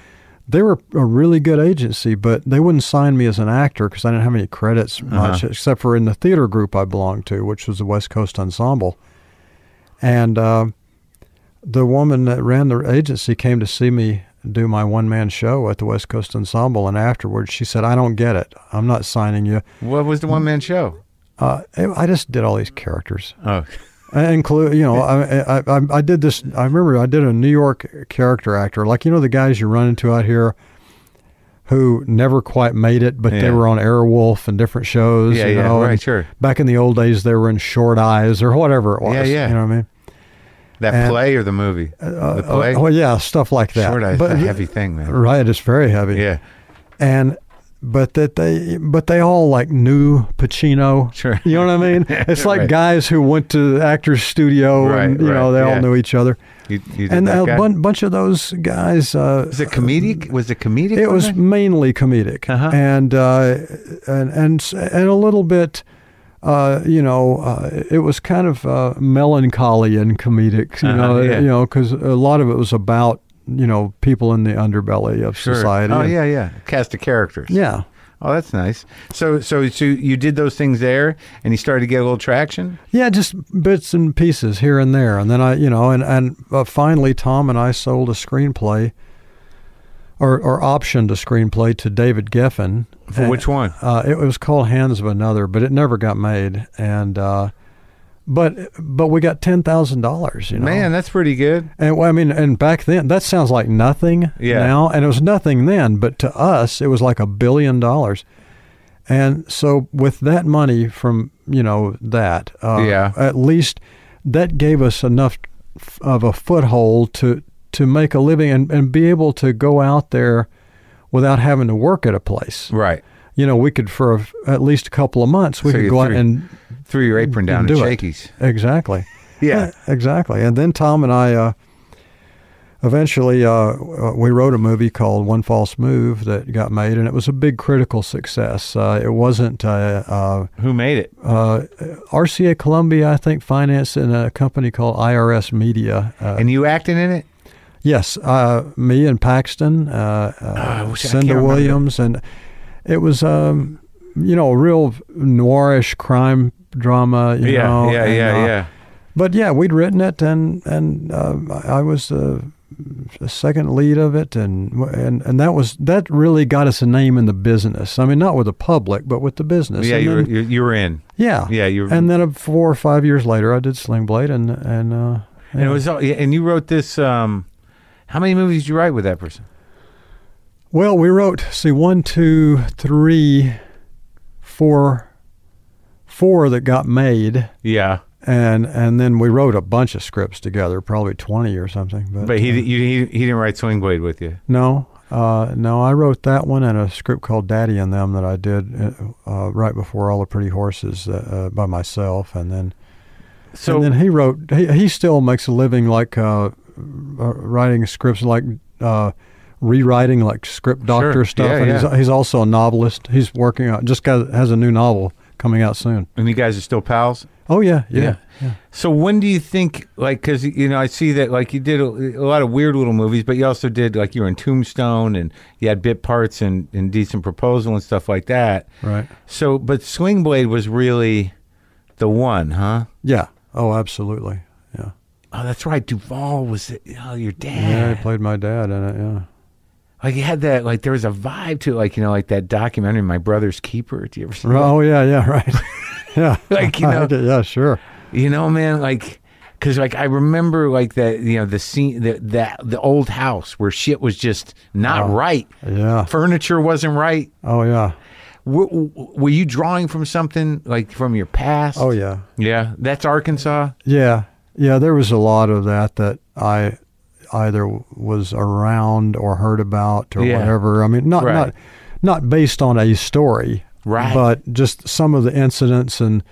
S3: They were a really good agency, but they wouldn't sign me as an actor because I didn't have any credits
S4: Uh-huh.
S3: much, except for in the theater group I belonged to, which was the West Coast Ensemble. And uh, the woman that ran the agency came to see me do my one man show at the West Coast Ensemble, and afterwards she said, "I don't get it. I'm not signing you."
S4: What was the one man show?
S3: Uh, I just did all these characters.
S4: Oh,
S3: I include, you know, I, I, I, I did this. I remember I did a New York character actor, like you know the guys you run into out here, who never quite made it, but they
S4: Yeah.
S3: were on Airwolf and different shows.
S4: Yeah,
S3: you
S4: yeah,
S3: know,
S4: right,
S3: and
S4: sure.
S3: Back in the old days, they were in Short Eyes or whatever it was.
S4: Yeah, yeah.
S3: You know what I mean?
S4: that
S3: And-
S4: play or the movie? the play.
S3: Oh yeah, stuff like that.
S4: Short eyes,
S3: But-
S4: a heavy thing, man.
S3: Right, it's very heavy.
S4: Yeah,
S3: and but that they but they all like knew Pacino.
S4: Sure.
S3: You know what I mean? It's like
S4: Right.
S3: guys who went to the actor's studio
S4: Right,
S3: and you know
S4: right,
S3: they
S4: yeah.
S3: all knew each other.
S4: you, you did
S3: and
S4: that
S3: a
S4: guy?
S3: bun- bunch of those guys uh,
S4: was it comedic? Was it comedic?
S3: it
S4: on
S3: was
S4: that?
S3: mainly comedic
S4: Uh-huh.
S3: and, uh, and and and a little bit uh, you know uh, it was kind of uh, melancholy and comedic you
S4: Uh-huh,
S3: know
S4: yeah.
S3: you know cuz a lot of it was about you know people in the underbelly of
S4: Sure.
S3: society
S4: Oh
S3: And-
S4: yeah, yeah. Cast of characters.
S3: yeah
S4: Oh, that's nice. So, so, so you did those things there, and you started to get a little traction.
S3: Yeah, just bits and pieces here and there, and then I, you know, and and uh, finally, Tom and I sold a screenplay, or or optioned a screenplay to David Geffen.
S4: For which one?
S3: Uh, it was called Hands of Another, but it never got made. And uh, but but we got ten thousand dollars. You know,
S4: Man, that's pretty good.
S3: And well, I mean, and back then that sounds like nothing.
S4: Yeah.
S3: Now, and it was nothing then, but to us it was like a billion dollars. And so with that money from you know that, uh,
S4: Yeah.
S3: at least that gave us enough f- of a foothold to to make a living and, and be able to go out there without having to work at a place.
S4: Right.
S3: You know, we could for a f at least a couple of months we
S4: So
S3: could
S4: you
S3: go out
S4: threw-
S3: and
S4: Threw your apron down
S3: do
S4: at
S3: it.
S4: Shakey's.
S3: Exactly.
S4: Yeah.
S3: exactly. And then Tom and I uh, eventually uh, w- we wrote a movie called One False Move that got made, and it was a big critical success. Uh, it wasn't uh, uh,
S4: Who made it?
S3: uh, RCA Columbia, I think, financed in a company called IRS Media. Uh,
S4: and you acting in it?
S3: yes, uh, me and Paxton, uh, uh,
S4: wish Oh, I can't
S3: Cinda
S4: remember.
S3: Williams, and it was. Um, you know, a real noirish crime drama. You know, and, uh, but yeah, we'd written it, and and uh, I was uh, a second lead of it, and and and that was that really got us a name in the business. I mean, not with the public, but with the business.
S4: Yeah,
S3: And
S4: you were,
S3: then-
S4: you you were in.
S3: yeah,
S4: Yeah, you were-
S3: And then uh, four or five years later, I did Sling Blade, and and uh,
S4: And it was all, yeah, and you wrote this um how many movies did you write with that person?
S3: Well, we wrote see one, two, three, four, four that got made,
S4: Yeah.
S3: and and then we wrote a bunch of scripts together, probably twenty or something. But,
S4: But he
S3: uh,
S4: you, he he didn't write Swing Blade with you.
S3: no, uh, no, I wrote that one and a script called Daddy and Them that I did uh, uh, right before All the Pretty Horses uh, uh, by myself, and then
S4: So
S3: and then he wrote. He, he still makes a living like uh, uh, writing scripts, like uh, rewriting like script doctor
S4: Sure.
S3: stuff.
S4: Yeah,
S3: and
S4: yeah.
S3: He's, he's also a novelist. He's working on just got has a new novel coming out soon.
S4: and you guys are still pals?
S3: Oh yeah, yeah.
S4: Yeah. So when do you think, like, because you know, I see that like you did a, a lot of weird little movies, but you also did like you were in Tombstone and you had bit parts and and Decent Proposal and stuff like that.
S3: Right.
S4: So, but Swing Blade was really the one, huh?
S3: Yeah. Oh, absolutely. Yeah.
S4: Oh, that's right. Duvall was oh your
S3: Yeah.
S4: dad.
S3: He played my dad in it. Yeah.
S4: Like you had that. Like there was a vibe to it, like you know, like that documentary, My Brother's Keeper. Do you ever see?
S3: Right.
S4: that?
S3: Oh yeah. Yeah. Right. yeah.
S4: Like, you know-
S3: yeah. Sure.
S4: You know, man, like. Cause like I remember like that you know the scene that that the old house where shit was just not right
S3: Yeah.
S4: furniture wasn't right.
S3: Oh yeah.
S4: W- w- were you drawing from something like from your past?
S3: Oh yeah.
S4: yeah. That's Arkansas.
S3: Yeah, yeah. There was a lot of that that I either was around or heard about or
S4: Yeah.
S3: whatever. I mean, not
S4: Right.
S3: not not based on a story,
S4: Right.
S3: But just some of the incidents and.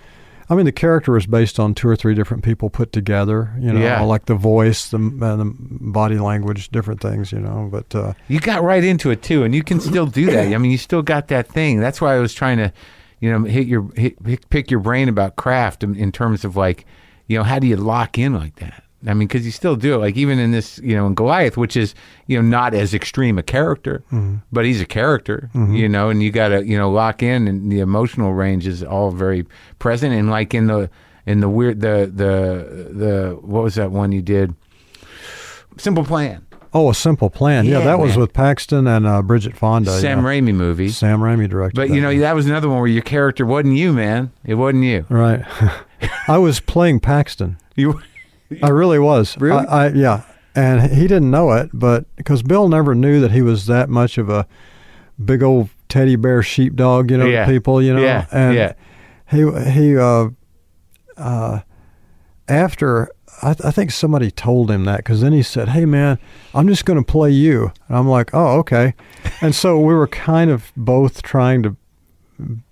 S3: I mean, the character was based on two or three different people put together. You know,
S4: Yeah.
S3: like the voice, the, and the body language, different things. You know, but uh,
S4: You got right into it too, and you can still do that. I mean, you still got that thing. That's why I was trying to, you know, hit your hit, pick- pick your brain about craft in, in terms of like, you know, how do you lock in like that? I mean, because you still do it. Like even in this, you know, in Goliath, which is you know not as extreme a character, but he's a character, you know, and you got to you know lock in, and the emotional range is all very present. And like in the in the weird the the the what was that one you did? Simple Plan,
S3: oh, a simple plan. Yeah,
S4: Yeah,
S3: that was
S4: man.
S3: with Paxton and uh, Bridget Fonda.
S4: Sam
S3: yeah.
S4: Raimi movie.
S3: Sam Raimi directed.
S4: But
S3: that
S4: you know, that was another one where your character wasn't you, man. It wasn't you.
S3: Right. I was playing Paxton.
S4: You
S3: I really was. Really? I, I, yeah. And he didn't know it, but because Bill never knew that he was that much of a big old teddy bear sheepdog, you know,
S4: Yeah.
S3: to people, you know.
S4: Yeah.
S3: And
S4: Yeah.
S3: he, he, uh, uh, after, I, I think somebody told him that because then he said, Hey, man, I'm just going to play you. And I'm like, Oh, okay. and so we were kind of both trying to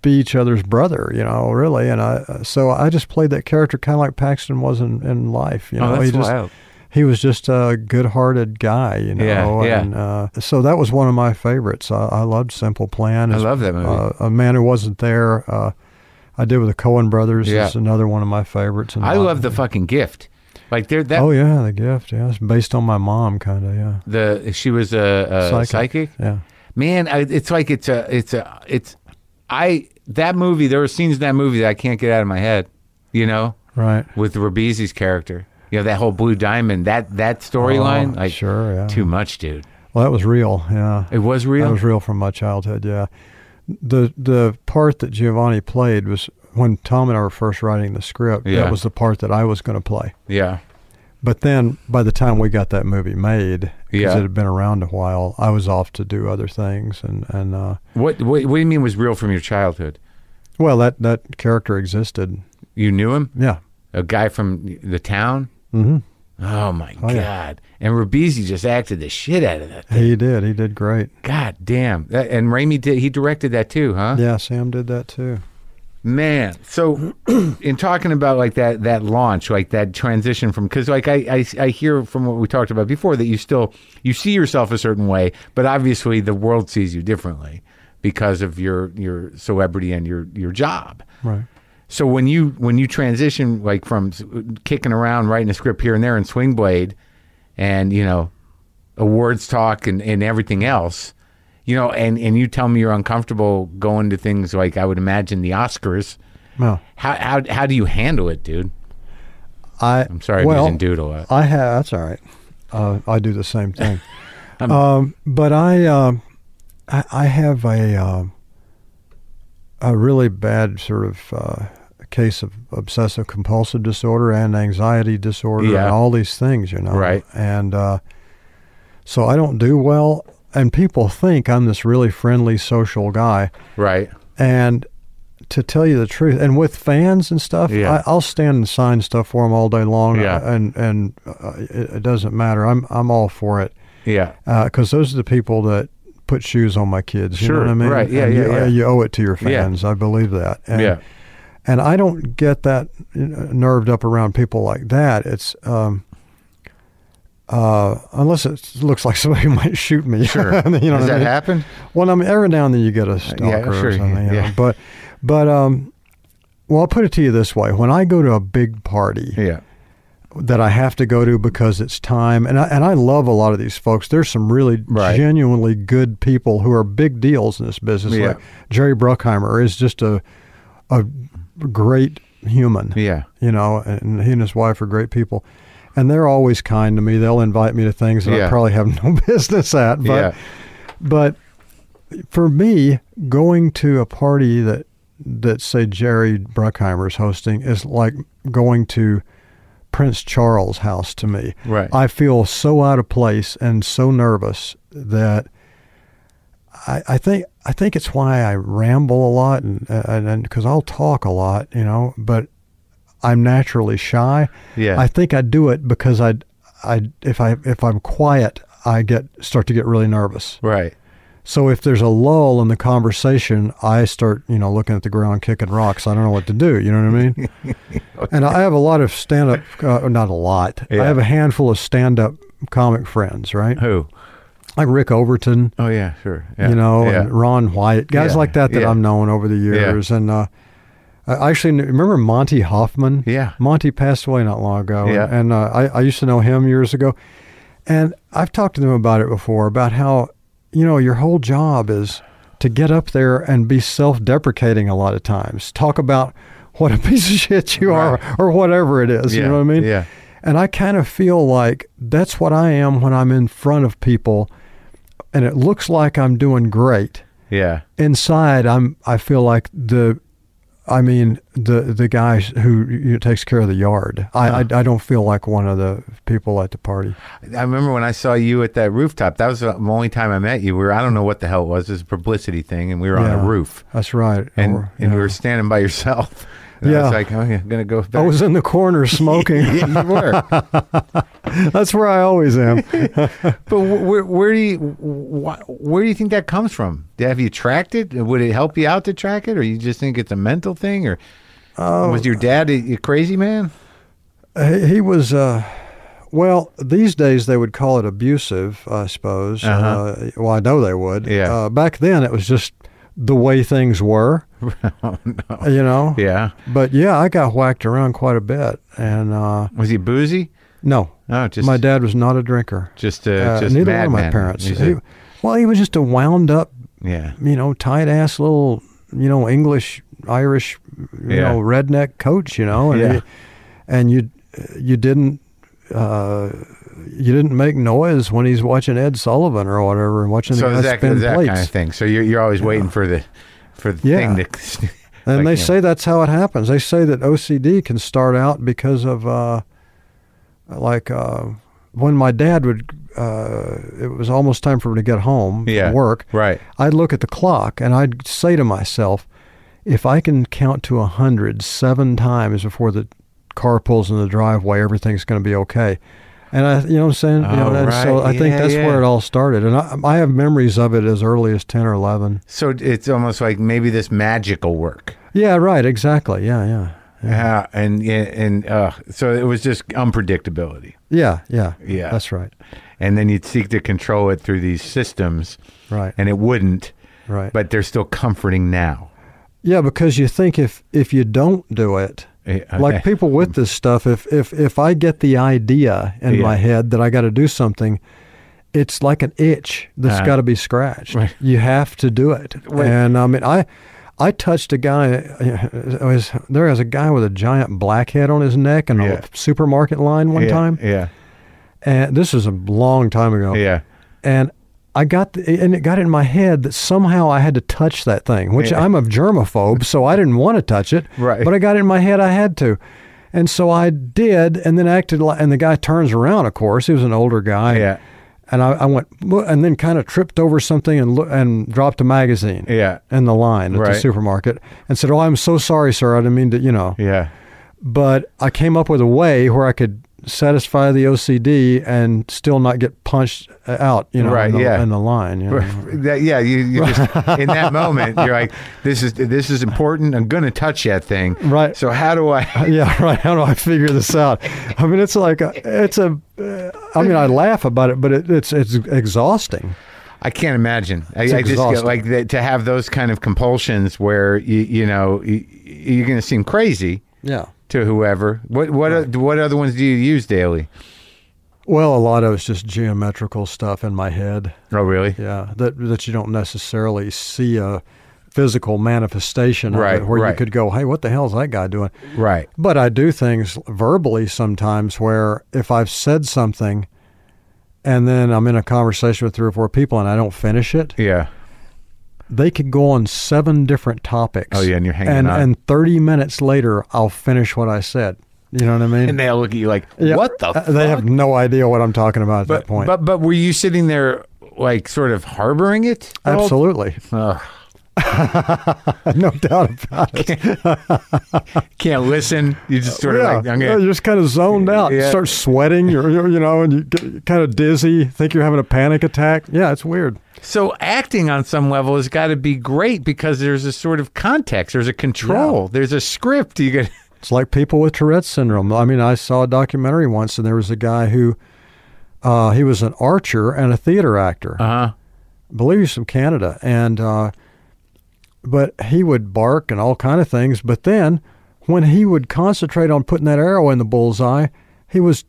S3: be each other's brother, you know, really. And I, uh, so I just played that character kind of like Paxton was in, in life, you know.
S4: Oh, that's
S3: he just,
S4: wild.
S3: He was just a good-hearted guy, you
S4: Yeah,
S3: know.
S4: yeah.
S3: And uh, so that was one of my favorites. I, I loved Simple Plan.
S4: I
S3: It's,
S4: love that movie.
S3: Uh, a man who wasn't there. Uh, I did with the Cohen brothers.
S4: Yeah.
S3: is another one of my favorites. And
S4: I love the fucking gift. Like there, that
S3: Oh yeah, the gift. Yeah, it's based on my mom, kind of. Yeah.
S4: the she was a, a Uh, psychic.
S3: Yeah.
S4: Man, I, it's like it's a it's a it's I that movie. There were scenes in that movie that I can't get out of my head. You know,
S3: Right.
S4: with Rabizi's character. You know that whole blue diamond that that storyline.
S3: Oh,
S4: like
S3: sure, yeah. Oh.
S4: too much, dude.
S3: Well, that was real. Yeah.
S4: It was real.
S3: That was real from my childhood. Yeah, the the part that Giovanni played was when Tom and I were first writing the script.
S4: Yeah.
S3: That was the part that I was going to play.
S4: yeah,
S3: But then by the time we got that movie made, because
S4: Yeah.
S3: it had been around a while, I was off to do other things. And and uh,
S4: what, what what do you mean was real from your childhood?
S3: well, that that character existed.
S4: You knew him.
S3: Yeah.
S4: a guy from the town. Mm-hmm. Oh my
S3: Oh,
S4: god!
S3: yeah.
S4: And Ribisi just acted the shit out of that.
S3: He did. He did great.
S4: God damn! That, and Raimi did. He directed that too, huh?
S3: Yeah, Sam did that too.
S4: Man. So, in talking about like that that launch, like that transition from because like I, I I hear from what we talked about before that you still you see yourself a certain way, but obviously the world sees you differently because of your your celebrity and your your job.
S3: Right.
S4: So when you when you transition like from s- kicking around writing a script here and there in Swing Blade, and you know, awards talk and, and everything else, you know, and and you tell me you're uncomfortable going to things like I would imagine the Oscars.
S3: Well,
S4: How how how do you handle it, dude?
S3: I
S4: I'm sorry,
S3: well,
S4: I'm using dude a lot.
S3: I have. That's all right. Uh, I do the same thing. um, but I, um I, I have a, um a really bad sort of uh, case of obsessive compulsive disorder and anxiety disorder
S4: Yeah.
S3: and all these things, you know.
S4: Right.
S3: And uh, so I don't do well. And people think I'm this really friendly, social guy.
S4: Right.
S3: And to tell you the truth, and with fans and stuff,
S4: Yeah.
S3: I, I'll stand and sign stuff for them all day long.
S4: Yeah.
S3: And and uh, it, it doesn't matter. I'm I'm all for it
S4: Yeah.
S3: because Uh, those are the people that put shoes on my kids. You
S4: Sure,
S3: know what I mean?
S4: right, yeah,
S3: And
S4: yeah,
S3: you, uh,
S4: yeah.
S3: You owe it to your
S4: Yeah.
S3: fans. I believe that. And,
S4: Yeah.
S3: And I don't get that you know, nerved up around people like that. It's um, uh, unless it looks like somebody might shoot me.
S4: Sure.
S3: you know what
S4: Does
S3: I
S4: that
S3: mean?
S4: happen?
S3: Well, I mean, every now and then you get a stalker
S4: sure,
S3: or something. you know,
S4: yeah.
S3: But, but, um, well, I'll put it to you this way: when I go to a big party
S4: Yeah.
S3: that I have to go to because it's time, and I and I love a lot of these folks. There's some really
S4: Right.
S3: genuinely good people who are big deals in this business.
S4: Yeah.
S3: Like Jerry Bruckheimer is just a a great human
S4: Yeah.
S3: you know, and he and his wife are great people. And they're always kind to me. They'll invite me to things that
S4: Yeah.
S3: I probably have no business at. But,
S4: Yeah.
S3: but for me, going to a party that that say Jerry Bruckheimer's hosting is like going to Prince Charles' house to me.
S4: Right.
S3: I feel so out of place and so nervous that I, I think I think it's why I ramble a lot and and because I'll talk a lot, you know, but I'm naturally shy.
S4: Yeah.
S3: I think I do it because I I if I if I'm quiet, I get start to get really nervous.
S4: Right.
S3: So if there's a lull in the conversation, I start, you know, looking at the ground, kicking rocks. I don't know what to do. You know what I mean? and I have a lot of stand up, uh, not a lot.
S4: Yeah.
S3: I have a handful of stand up comic friends, right?
S4: Who?
S3: Like Rick Overton,
S4: Oh yeah. Sure. Yeah.
S3: you know,
S4: Yeah.
S3: and Ron White, guys
S4: Yeah.
S3: like that that
S4: Yeah.
S3: I've known over the years. And uh, I actually kn- remember Monty Hoffman.
S4: Yeah.
S3: Monty passed away not long ago.
S4: Yeah.
S3: And, and, uh, I, I used to know him years ago. And I've talked to them about it before about how, you know, your whole job is to get up there and be self deprecating a lot of times. Talk about what a piece of shit you
S4: Right.
S3: are or whatever it is.
S4: Yeah,
S3: You know what I mean?
S4: yeah.
S3: And I kind of feel like that's what I am when I'm in front of people and it looks like I'm doing great
S4: yeah.
S3: inside i'm i feel like the i mean the the guy who you know, takes care of the yard I, I i don't feel like one of the people at the party
S4: I remember when I saw you at that rooftop. That was the only time I met you. We were I don't know what the hell it was. It was a publicity thing, and we were on
S3: Yeah.
S4: a roof,
S3: that's right
S4: and
S3: Or-
S4: and you
S3: yeah.
S4: were standing by yourself. And I
S3: Yeah.
S4: was like, oh, yeah, I'm gonna go.
S3: I
S4: Back.
S3: was in the corner smoking.
S4: Yeah, you were.
S3: That's where I always am.
S4: But wh- where where do you wh- where do you think that comes from? Have you tracked it? Would it help you out to track it, or you just think it's a mental thing? Or
S3: Oh.
S4: was your dad a, a crazy man?
S3: he he was, uh, well, these days they would call it abusive, I suppose.
S4: Uh-huh.
S3: Uh, well, I know they would.
S4: Yeah.
S3: Uh, back then, it was just the way things were. You
S4: Oh,
S3: know?
S4: Yeah.
S3: But yeah, I got whacked around quite a bit. And uh,
S4: Was he boozy?
S3: no,
S4: No, just
S3: my dad was not a drinker.
S4: Just uh,
S3: Uh,
S4: just
S3: neither one of my
S4: madman.
S3: parents.
S4: He's
S3: He-
S4: a-
S3: well, he was just a wound up,
S4: yeah.
S3: you know, tight ass little, you know, English, Irish, you
S4: Yeah.
S3: know, redneck coach, you know, and
S4: Yeah.
S3: he- and you you didn't uh, you didn't make noise when he's watching Ed Sullivan or whatever and watching
S4: So
S3: the guy
S4: is that,
S3: spin
S4: is that
S3: plates.
S4: kind of thing. So you're you're always waiting for the for the
S3: Yeah.
S4: thing to. like,
S3: And they
S4: you know,
S3: say that's how it happens. They say that OCD can start out because of, uh, like, uh, when my dad would, uh, it was almost time for him to get home
S4: Yeah,
S3: from work.
S4: right.
S3: I'd look at the clock and I'd say to myself, if I can count to a hundred seven times before the car pulls in the driveway, everything's going to be okay. And I, you know what I'm saying? you know,
S4: Oh,
S3: and so
S4: right.
S3: I think
S4: Yeah,
S3: that's
S4: yeah.
S3: where it all started. And I, I have memories of it as early as 10 or 11.
S4: So it's almost like maybe this magical work.
S3: Yeah, right. Exactly. Yeah, yeah.
S4: Yeah, and yeah, and uh, so it was just unpredictability,
S3: Yeah, yeah,
S4: Yeah.
S3: That's right.
S4: and then you'd seek to control it through these systems,
S3: Right.
S4: and it wouldn't.
S3: right.
S4: But they're still comforting now.
S3: yeah, because you think if if you don't do it,
S4: Eh, okay.
S3: like people with this stuff, if if if I get the idea in
S4: Yeah.
S3: my head that I got to do something, it's like an itch that's
S4: Uh,
S3: got to be scratched.
S4: right.
S3: You have to do it.
S4: Right.
S3: And I mean, I I touched a guy. I was, there was a guy with a giant blackhead on his neck in
S4: Yeah.
S3: a supermarket line one
S4: yeah,
S3: time.
S4: yeah,
S3: and this is a long time ago.
S4: Yeah.
S3: and I got the, and it got in my head that somehow I had to touch that thing, which I'm a germaphobe, so I didn't want to touch it.
S4: Right.
S3: But I got it in my head I had to, and so I did, and then acted like. And the guy turns around. Of course, he was an older guy.
S4: Yeah.
S3: And I, I went, "Whoa," and then kind of tripped over something and loo- and dropped a magazine.
S4: Yeah.
S3: In the line at
S4: Right.
S3: the supermarket, and said, "Oh, I'm so sorry, sir. I didn't mean to, you know."
S4: Yeah.
S3: but I came up with a way where I could satisfy the OCD and still not get punched uh, out, you know,
S4: Right,
S3: in, the,
S4: yeah.
S3: in the line. You know?
S4: That, yeah, you, you just in that moment you're like, this is this is important. I'm gonna touch that thing.
S3: Right.
S4: So how do I?
S3: Yeah, right. How do I figure this out? I mean, it's like a, it's a. uh, I mean, I laugh about it, but it, it's it's exhausting.
S4: I can't imagine. I, I just get
S3: exhausting.
S4: like that, to have those kind of compulsions where you you know you, you're gonna seem crazy
S3: Yeah.
S4: to whoever. What what o- what other ones do you use daily?
S3: Well, a lot of it's just geometrical stuff in my head.
S4: Oh really?
S3: Yeah, that that you don't necessarily see a physical manifestation of
S4: Right,
S3: it, where
S4: right.
S3: you could go, "Hey, what the hell is that guy doing?"
S4: Right.
S3: But I do things verbally sometimes where if I've said something and then I'm in a conversation with three or four people and I don't finish it,
S4: Yeah.
S3: they could go on seven different topics.
S4: Oh, yeah, and you're hanging
S3: and,
S4: on.
S3: And 30 minutes later, I'll finish what I said. You know what I mean?
S4: And they'll look at you like,
S3: Yeah.
S4: what the?
S3: Uh, They have no idea what I'm talking about at
S4: but,
S3: that point.
S4: But but were you sitting there like sort of harboring it? the whole
S3: Absolutely.
S4: Ugh.
S3: no doubt about it.
S4: can't listen. You just sort of like, I'm
S3: Yeah,
S4: gonna,
S3: you're just kind of zoned out. You
S4: Yeah.
S3: start sweating, you're, you're, you know, and you get kind of dizzy, think you're having a panic attack. Yeah, it's weird.
S4: So acting on some level has got to be great because there's a sort of context, there's a control, there's a script. You get
S3: It's like people with Tourette's syndrome. I mean, I saw a documentary once, and there was a guy who uh, he was an archer and a theater actor.
S4: uh
S3: I believe he's from Canada, and uh, but he would bark and all kind of things. But then, when he would concentrate on putting that arrow in the bullseye, he was,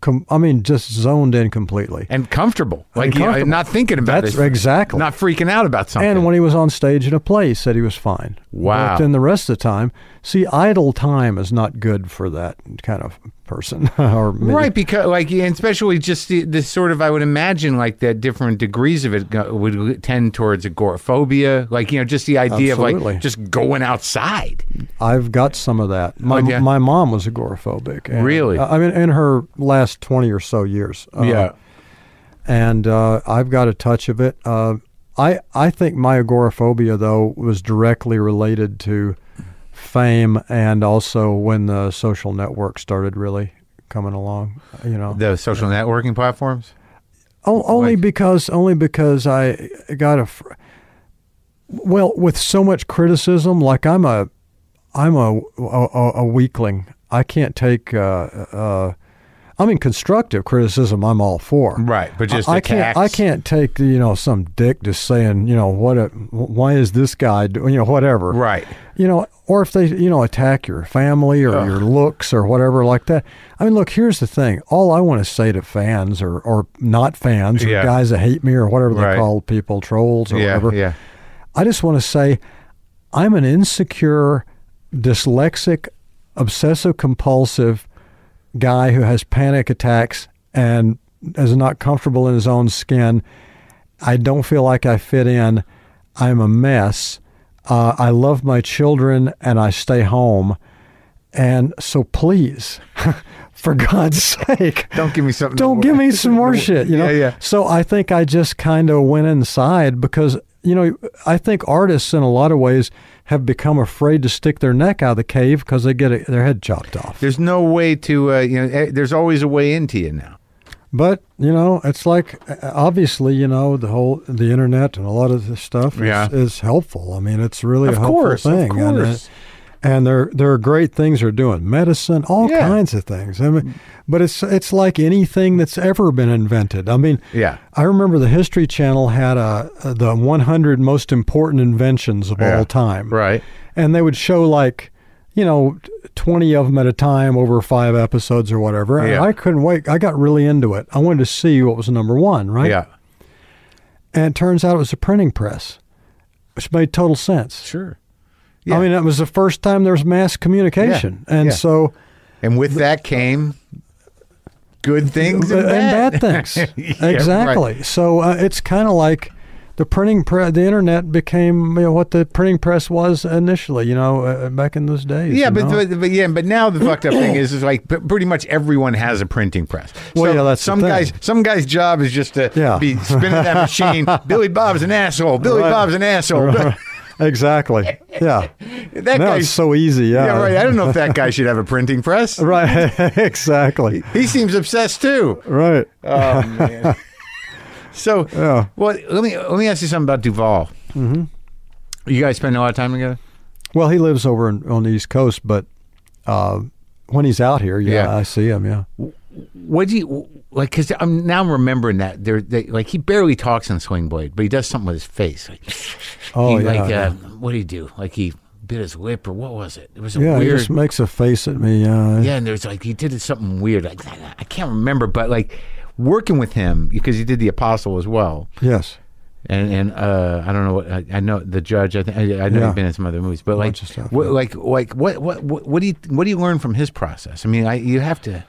S3: com- I mean, just zoned in completely.
S4: and comfortable, like
S3: And
S4: you know,
S3: comfortable.
S4: not thinking about
S3: That's
S4: it,
S3: exactly.
S4: not freaking out about something.
S3: And when he was on stage in a play, he said he was fine.
S4: Wow.
S3: But then the rest of the time, see, idle time is not good for that kind of person or me.
S4: Right, because like, yeah, and especially just the, the sort of I would imagine like that different degrees of it go, would tend towards agoraphobia, like you know, just the idea of
S3: Absolutely.
S4: like just going outside.
S3: I've got some of that. My
S4: Oh, yeah.
S3: my mom was agoraphobic. and- uh,
S4: Really?
S3: I mean, in her last twenty or so years. Uh, And uh, I've got a touch of it. Uh, I I think my agoraphobia though was directly related to fame and also when the social network started really coming along. You know,
S4: the social networking platforms.
S3: O- Oh, only
S4: Like-
S3: because only because I got a fr- well with so much criticism. Like I'm a I'm a a, a weakling. I can't take. Uh, uh, I mean, constructive criticism. I'm all for.
S4: Right, but just
S3: I, I
S4: attacks.
S3: can't. I can't take you know some dick just saying you know what. A, why is this guy doing you know whatever.
S4: Right.
S3: You know, or if they you know attack your family or your looks or whatever like that. I mean, look. Here's the thing. All I want to say to fans or or not fans or
S4: Yeah.
S3: guys that hate me or whatever
S4: Right.
S3: they call people trolls or
S4: Yeah,
S3: whatever.
S4: yeah.
S3: I just want to say I'm an insecure, dyslexic, obsessive compulsive guy who has panic attacks and is not comfortable in his own skin. I don't feel like I fit in. I'm a mess. Uh, I love my children and I stay home. And so please, for God's sake,
S4: Don't give me something. to
S3: don't
S4: wor-
S3: give me some more shit, you know?
S4: Yeah, yeah.
S3: So I think I just kind of went inside because, you know, I think artists in a lot of ways have become afraid to stick their neck out of the cave because they get it, their head chopped off.
S4: There's no way to, uh, you know, eh, there's always a way into you now.
S3: But, you know, it's like uh, obviously, you know, the whole, the internet and a lot of this stuff is,
S4: Yeah.
S3: is helpful. I mean, it's really
S4: Of
S3: a helpful
S4: course, of
S3: thing. And, uh,
S4: course.
S3: and there, there are great things they're doing, medicine, all
S4: Yeah.
S3: kinds of things. I mean, but it's it's like anything that's ever been invented. I mean,
S4: Yeah.
S3: I remember the History Channel had a, the 100 most important inventions of
S4: Yeah.
S3: all time.
S4: Right.
S3: And they would show like, you know, 20 of them at a time over five episodes or whatever. And
S4: Yeah.
S3: I couldn't wait. I got really into it. I wanted to see what was number one, right?
S4: Yeah.
S3: And it turns out it was a printing press, which made total sense.
S4: Sure.
S3: I mean, that was the first time there was mass communication. And
S4: Yeah.
S3: so
S4: And with that came good things
S3: uh, and
S4: and
S3: bad things.
S4: Yeah, right.
S3: exactly. So uh, it's kind of like the printing press. The internet became you know, what the printing press was initially. You know, uh, back in those days.
S4: Yeah,
S3: you
S4: but,
S3: know?
S4: but, but yeah, but now the fucked up thing is, is like p- pretty much everyone has a printing press.
S3: Well, yeah, that's the
S4: some
S3: thing.
S4: guys. Some guy's job is just to
S3: Yeah.
S4: be spinning that machine. Billy Bob's an asshole. Billy
S3: Right.
S4: Bob's an asshole.
S3: exactly. Yeah.
S4: That
S3: now
S4: guy-
S3: it's so easy. Yeah.
S4: yeah, right. I don't know if that guy should have a printing press.
S3: Right. exactly.
S4: He seems obsessed too.
S3: Right.
S4: Oh man. so,
S3: Yeah.
S4: well, let me let me ask you something about Duval. Mm-hmm. You guys spend a lot of time together.
S3: Well, he lives over in, on the East Coast, but uh, when he's out here, yeah,
S4: Yeah.
S3: I see him. Yeah.
S4: What do you like? Because I'm now I'm remembering that there, they, like he barely talks in Swing Blade, but he does something with his face. Like,
S3: Oh,
S4: he,
S3: yeah.
S4: like
S3: yeah.
S4: uh, what did he do? Like he bit his lip or what was it? It was a
S3: Yeah, he
S4: weird.
S3: just makes a face at me. Uh,
S4: yeah, and there's like he did something weird. Like I can't remember, but like working with him because he did the Apostle as well,
S3: Yes.
S4: and and uh, I don't know what I, I know the Judge. I think I, I know
S3: Yeah.
S4: he's been in some other movies, but like
S3: of stuff,
S4: what,
S3: yeah.
S4: like like what what what what do you what do you learn from his process? I mean, I you have to.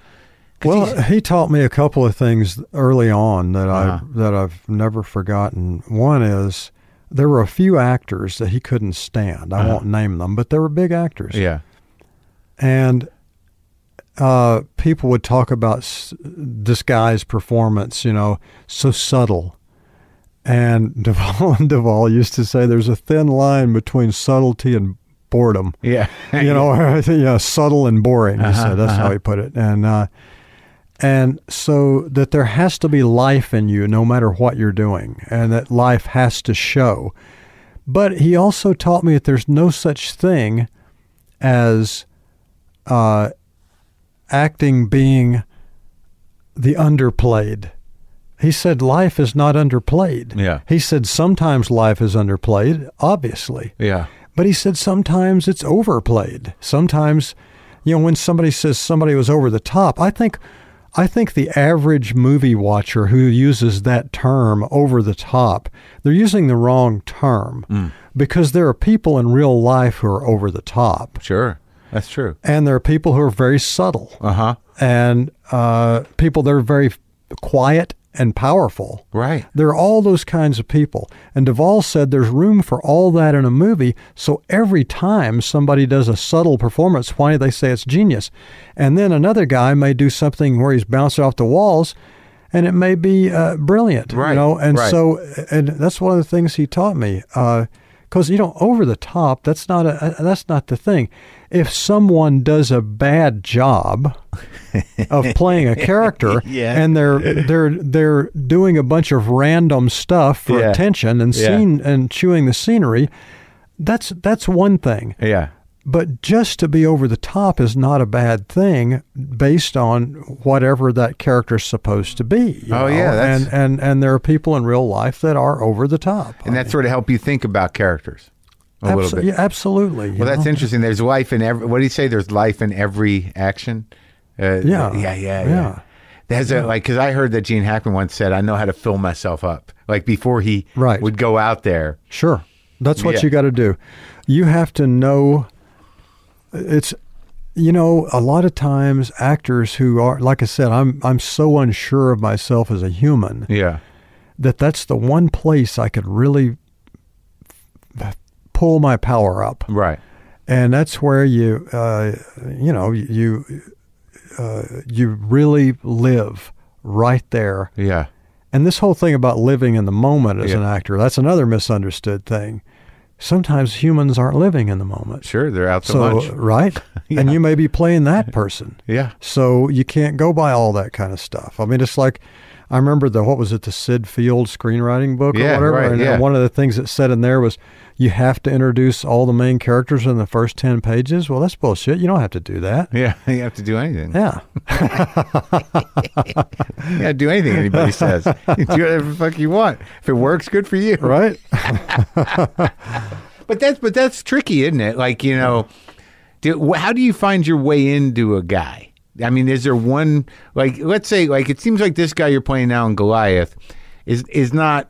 S4: 'cause
S3: Well,
S4: he's-
S3: he taught me a couple of things early on that
S4: Uh-huh.
S3: I that I've never forgotten. One is there were a few actors that he couldn't stand.
S4: Uh-huh.
S3: I won't name them, but they were big actors.
S4: yeah,
S3: and uh, people would talk about s- this guy's performance, you know, so subtle. And Duvall and Duvall used to say there's a thin line between subtlety and boredom.
S4: yeah,
S3: You know, Uh-huh, yeah, subtle and boring. He said that's how he put it. And uh, and so that there has to be life in you, no matter what you're doing, and that life has to show. But he also taught me that there's no such thing as uh, acting being the underplayed. He said life is not underplayed.
S4: Yeah.
S3: He said sometimes life is underplayed, obviously.
S4: yeah,
S3: But he said sometimes it's overplayed. Sometimes, you know, when somebody says somebody was over the top, I think, I think the average movie watcher who uses that term over the top, they're using the wrong term because there are people in real life who are over the top,
S4: sure, that's true.
S3: and there are people who are very subtle,
S4: Uh huh.
S3: and uh, people that are very quiet and powerful.
S4: Right.
S3: There are all those kinds of people. And Duvall said there's room for all that in a movie. So every time somebody does a subtle performance, why do they say it's genius? And then another guy may do something where he's bouncing off the walls and it may be uh, brilliant.
S4: Right,
S3: You know? And
S4: right.
S3: so, and that's one of the things he taught me. Uh, because you know, over the top, that's not a that's not the thing. If someone does a bad job, of playing a character
S4: Yeah.
S3: and they're they're they're doing a bunch of random stuff for
S4: Yeah.
S3: attention and
S4: Yeah.
S3: scene and chewing the scenery that's that's one thing
S4: Yeah.
S3: but just to be over the top is not a bad thing based on whatever that character's supposed to be you
S4: Oh,
S3: know?
S4: yeah, that's-
S3: and and and there are people in real life that are over the top
S4: and that sort of help you think about characters a
S3: Abso-
S4: little bit.
S3: yeah, absolutely you
S4: Well, that's
S3: know?
S4: interesting. There's life in every. What do you say? There's life in every action. Uh,
S3: Yeah.
S4: yeah, yeah, yeah.
S3: Yeah.
S4: There's a like because I heard that Gene Hackman once said, "I know how to fill myself up." Like before he
S3: Right.
S4: would go out there.
S3: Sure. That's what
S4: Yeah.
S3: you got to do. You have to know it's you know a lot of times actors who are like I said I'm I'm so unsure of myself as a human
S4: Yeah,
S3: that that's the one place I could really f- pull my power up
S4: right.
S3: and that's where you uh, you know you uh, you really live right there
S4: Yeah,
S3: and this whole thing about living in the moment as
S4: Yeah.
S3: an actor, that's another misunderstood thing. Sometimes humans aren't living in the moment.
S4: sure. They're out to
S3: So,
S4: lunch.
S3: right? And you may be playing that person.
S4: Yeah,
S3: So you can't go by all that kind of stuff. I mean, it's like I remember the what was it, the Sid Field screenwriting book
S4: Yeah,
S3: or whatever.
S4: right,
S3: and uh,
S4: yeah.
S3: one of the things that said in there was you have to introduce all the main characters in the first ten pages. Well, that's bullshit. You don't have to do that.
S4: yeah. You have to do anything.
S3: Yeah.
S4: You got to do anything anybody says. You do whatever the fuck you want. If it works, good for you.
S3: Right?
S4: But that's but that's tricky, isn't it? Like you know, do, wh- how do you find your way into a guy? I mean, is there one like let's say like it seems like this guy you're playing now in Goliath is is not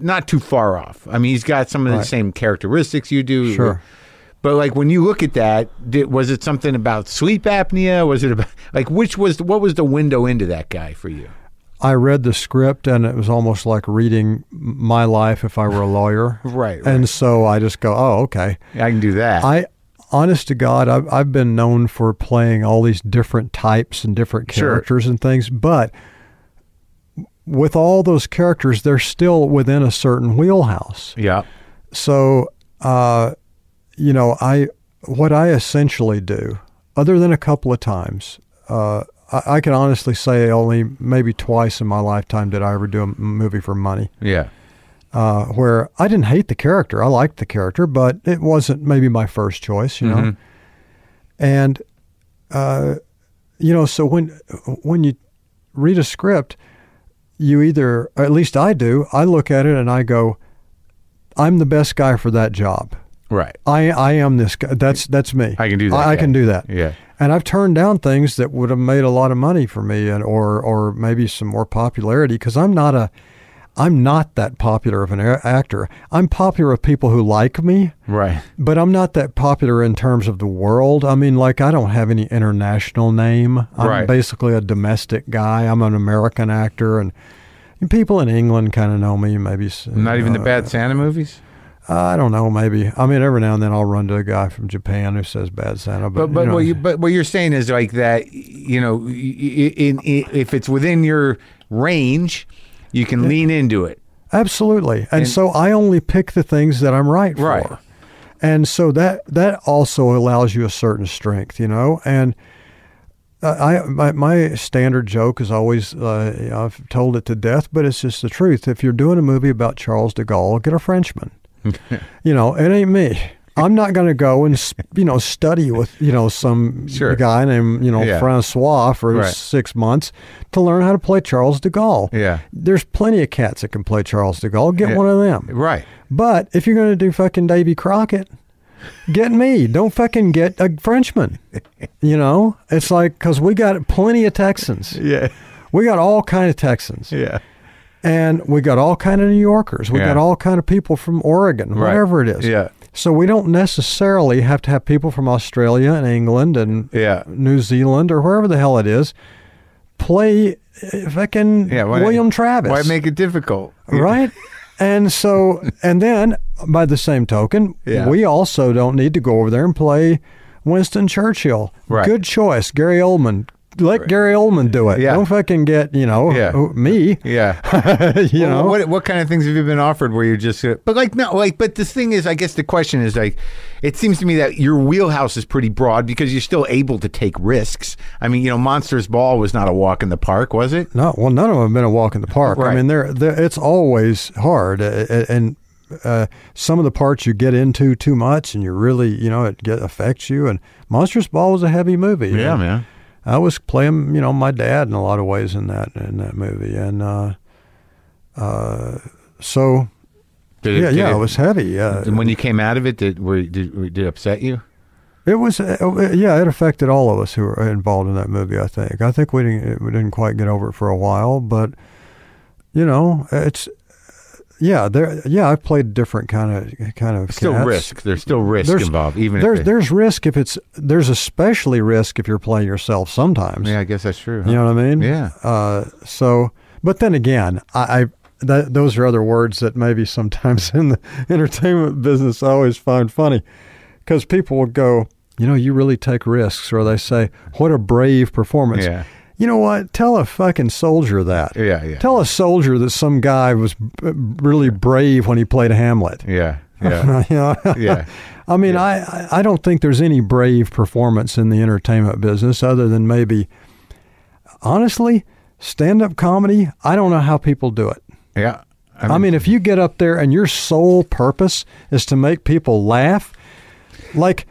S4: not too far off. I mean, he's got some of the
S3: Right.
S4: same characteristics you do.
S3: Sure.
S4: But like when you look at that, did, was it something about sleep apnea? Was it about like which was what was the window into that guy for you?
S3: I read the script and it was almost like reading my life if I were a lawyer.
S4: Right, right.
S3: And so I just go, oh, okay.
S4: I can do that.
S3: I honest to God, I've, I've been known for playing all these different types and different
S4: Sure.
S3: characters and things, but with all those characters, they're still within a certain wheelhouse.
S4: yeah.
S3: So, uh, you know, I what I essentially do, other than a couple of times, uh, I, I can honestly say only maybe twice in my lifetime did I ever do a m- movie for money
S4: Yeah.
S3: uh, where I didn't hate the character. I liked the character, but it wasn't maybe my first choice, you know.
S4: Mm-hmm.
S3: And uh, you know, so when when you read a script, you either, or at least I do, I look at it and I go, "I'm the best guy for that job.
S4: Right.
S3: I I am this guy. That's that's me.
S4: I can do that,
S3: I, I
S4: yeah.
S3: can do that.
S4: Yeah.
S3: And I've turned down things that would have made a lot of money for me, and or or maybe some more popularity because I'm not a, I'm not that popular of an a- actor. I'm popular with people who like me,
S4: Right.
S3: but I'm not that popular in terms of the world. I mean, like I don't have any international name. I'm
S4: Right.
S3: basically a domestic guy. I'm an American actor, and, and people in England kind of know me. Maybe s-
S4: Not even the
S3: uh,
S4: bad Santa movies.
S3: I don't know. Maybe I mean every now and then I'll run to a guy from Japan who says bad Santa, but
S4: But but
S3: you know,
S4: what you but what you're saying is like that. You know, y- y- in, i if it's within your range, you can lean into it.
S3: Absolutely. And, so I only pick the things that I'm right for.
S4: Right.
S3: And so that that also allows you a certain strength, you know. And uh, I my, my standard joke is always uh, you know, I've told it to death, but it's just the truth. If you're doing a movie about Charles de Gaulle, get a Frenchman. you know, it ain't me. I'm not going to go and s- you know study with you know some
S4: Sure.
S3: guy named you know
S4: Yeah.
S3: Francois for
S4: Right.
S3: six months to learn how to play Charles de Gaulle
S4: Yeah.
S3: there's plenty of cats that can play Charles de Gaulle. Get
S4: Yeah.
S3: one of them.
S4: Right.
S3: But if you're going to do fucking Davy Crockett, get me. Don't fucking get a Frenchman. You know, it's like because we got plenty of Texans.
S4: Yeah.
S3: We got all kind of Texans,
S4: Yeah.
S3: and we got all kind of New Yorkers. We
S4: Yeah.
S3: got all kind of people from Oregon,
S4: Right.
S3: whatever it is.
S4: Yeah.
S3: So we don't necessarily have to have people from Australia and England and
S4: Yeah.
S3: New Zealand or wherever the hell it is play uh, fucking
S4: Yeah. why-
S3: William Travis
S4: Why make it difficult?
S3: right? and so, and then by the same token,
S4: Yeah.
S3: we also don't need to go over there and play Winston Churchill.
S4: Right.
S3: Good choice, Gary Oldman. Let Gary Oldman do it.
S4: Yeah.
S3: Don't fucking get you know
S4: Yeah.
S3: who- me.
S4: Yeah.
S3: you
S4: Well,
S3: know.
S4: what what kind of things have you been offered where you're just uh, but like no like but the thing is I guess the question is like it seems to me that your wheelhouse is pretty broad because you're still able to take risks. I mean, you know, Monsters Ball was not a walk in the park, was it?
S3: No, well, none of them have been a walk in the park. I
S4: Right.
S3: mean, they're, they're, it's always hard, uh, uh, and uh, some of the parts you get into too much, and you really, you know, it get, affects you. And Monstrous Ball was a heavy movie. And
S4: man.
S3: I was playing, you know, my dad in a lot of ways in that in that movie, and uh, uh, so
S4: Did it,
S3: yeah,
S4: did
S3: yeah, it
S4: it-
S3: was heavy. Yeah,
S4: and when you came out of it, did were, did, were- did it upset you?
S3: it was. Uh, uh, yeah, it affected all of us who were involved in that movie. I think. I think we didn't we didn't quite get over it for a while, but you know, it's yeah. There, yeah, I've played different kind of kind of
S4: Still
S3: cats.
S4: risk. There's still risk
S3: There's-
S4: involved, even
S3: There's
S4: if they-
S3: there's risk if it's there's especially risk if you're playing yourself sometimes.
S4: yeah, I guess that's true. huh?
S3: You know what I mean?
S4: Yeah.
S3: Uh, so, but then again, I, I that, those are other words that maybe sometimes in the entertainment business I always find funny because people will go, you know, you really take risks, or they say, what a brave performance.
S4: Yeah.
S3: You know what? Tell a fucking soldier that.
S4: Yeah, yeah.
S3: Tell a soldier that some guy was b- really brave when he played Hamlet.
S4: yeah, yeah,
S3: You know?
S4: yeah.
S3: I mean, I I I don't think there's any brave performance in the entertainment business other than maybe, honestly, stand up comedy. I don't know how people do it.
S4: Yeah. Um,
S3: I mean, if you get up there and your sole purpose is to make people laugh, like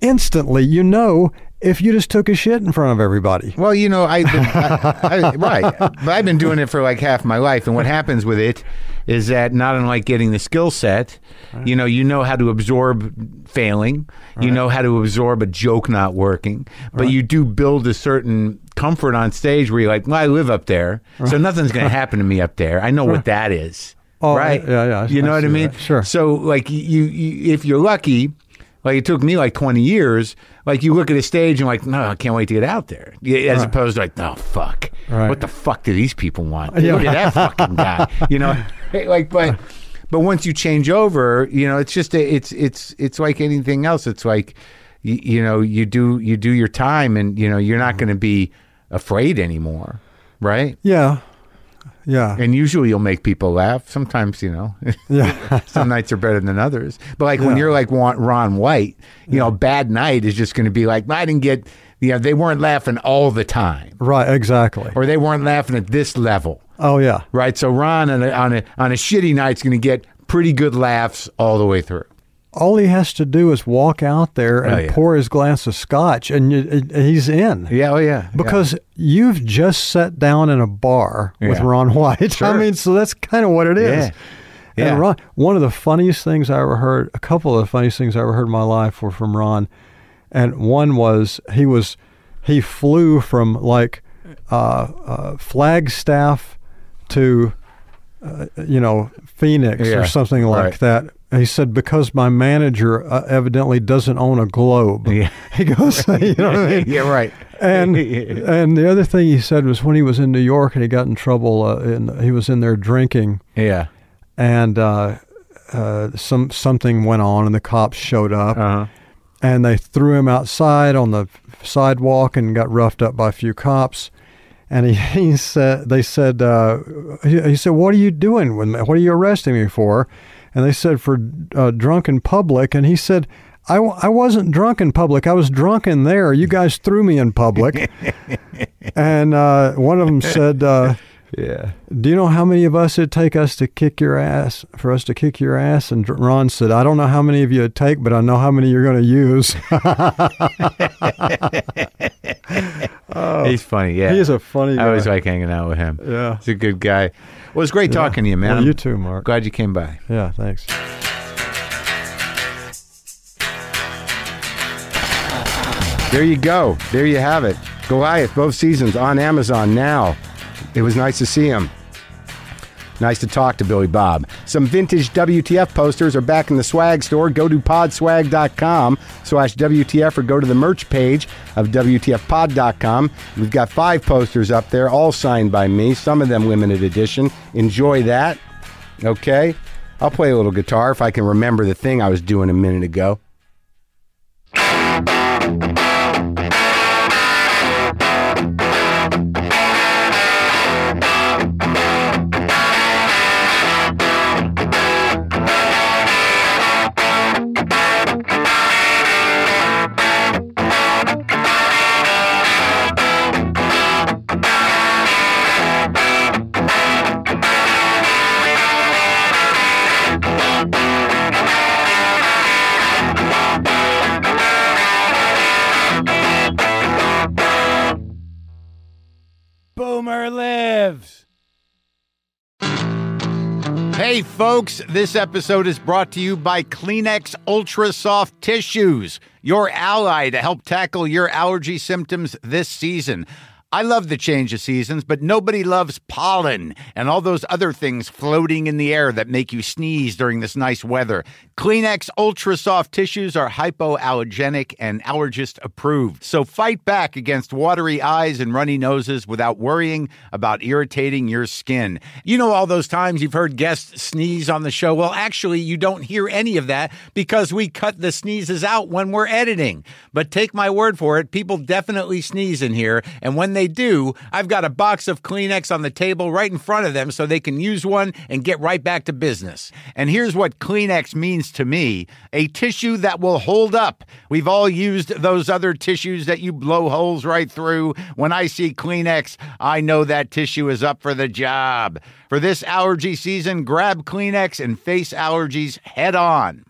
S3: instantly, you know, if you just took a shit in front of everybody.
S4: Well, you know, I, I, I right, but I've been doing it for like half my life, and what happens with it is that not unlike getting the skill set, you know, you know how to absorb failing, you know how to absorb a joke not working, but you do build a certain comfort on stage where you're like, well, I live up there, so nothing's going to happen to me up there. I know what that is,
S3: Oh,
S4: right?
S3: yeah, yeah, I-
S4: you
S3: I
S4: know what I
S3: see
S4: mean.
S3: that. Sure.
S4: So, like, you, you if you're lucky. Like it took me like 20 years. Like you look at a stage and like, no, I can't wait to get out there. Yeah, As opposed to like, oh fuck,
S3: Right.
S4: what the fuck do these people want? Look at that fucking guy. You know, like but but once you change over, you know, it's just a, it's it's it's like anything else. It's like you, you know you do you do your time and you know you're
S3: Mm-hmm.
S4: not going to be afraid anymore, right?
S3: Yeah. Yeah.
S4: And usually you'll make people laugh. Sometimes, you know,
S3: Yeah.
S4: some nights are better than others. But like when you're like Wa- Ron White, you know, a bad night is just going to be like, I didn't get, you know, they weren't laughing all the time
S3: right. Exactly.
S4: or they weren't laughing at this level,
S3: Oh, yeah.
S4: right? So Ron on a, on a, on a shitty night's going to get pretty good laughs all the way through.
S3: All he has to do is walk out there and
S4: Oh, yeah.
S3: pour his glass of scotch, and you, and he's in.
S4: Yeah, oh yeah.
S3: Because you've just sat down in a bar with
S4: Yeah.
S3: Ron White. I
S4: Sure.
S3: mean, so that's kind of what it is.
S4: Yeah. Yeah.
S3: And Ron, one of the funniest things I ever heard, a couple of the funniest things I ever heard in my life were from Ron. And one was he was, he flew from like uh, uh, Flagstaff to, uh, you know, Phoenix
S4: Yeah.
S3: or something like
S4: Right.
S3: that. He said, because my manager uh, evidently doesn't own a globe.
S4: Yeah.
S3: He goes, you know what I mean?
S4: yeah, right.
S3: and and the other thing he said was when he was in New York and he got in trouble uh, and he was in there drinking
S4: Yeah.
S3: and uh, uh, some something went on and the cops showed up
S4: Uh-huh.
S3: and they threw him outside on the sidewalk and got roughed up by a few cops. And he, he said, they said, uh, he, he said, what are you doing with me? What are you arresting me for? And they said, for uh, drunk in public. And he said, I, w- I wasn't drunk in public. I was drunk in there. You guys threw me in public. and uh, one of them said, uh,
S4: Yeah.
S3: do you know how many of us it'd take us to kick your ass for us to kick your ass? And Ron said, I don't know how many of you it'd take, but I know how many you're going to use.
S4: He's funny. Yeah.
S3: He is a funny guy.
S4: I always like hanging out with him.
S3: Yeah.
S4: He's a good guy. Well, it's great talking to you, man.
S3: Well, you
S4: I'm
S3: too, Mark.
S4: Glad you came by.
S3: Yeah, thanks.
S1: There you go. There you have it. Goliath, both seasons on Amazon now. It was nice to see him. Nice to talk to Billy Bob. Some vintage WTF posters are back in the swag store. Go to podswag.com slash WTF or go to the merch page of WTFpod.com. We've got five posters up there, all signed by me, some of them limited edition. Enjoy that. Okay? I'll play a little guitar if I can remember the thing I was doing a minute ago.
S4: Boomer lives. Hey, folks, this episode is brought to you by Kleenex Ultra Soft Tissues, your ally to help tackle your allergy symptoms this season. I love the change of seasons, but nobody loves pollen and all those other things floating in the air that make you sneeze during this nice weather. Kleenex Ultra Soft Tissues are hypoallergenic and allergist approved. So fight back against watery eyes and runny noses without worrying about irritating your skin. You know, all those times you've heard guests sneeze on the show. Well, actually, you don't hear any of that because we cut the sneezes out when we're editing. But take my word for it, people definitely sneeze in here. And when they do, I've got a box of Kleenex on the table right in front of them so they can use one and get right back to business. And here's what Kleenex means to me a tissue that will hold up. We've all used those other tissues that you blow holes right through. When I see Kleenex, I know that tissue is up for the job. For this allergy season, grab Kleenex and face allergies head on.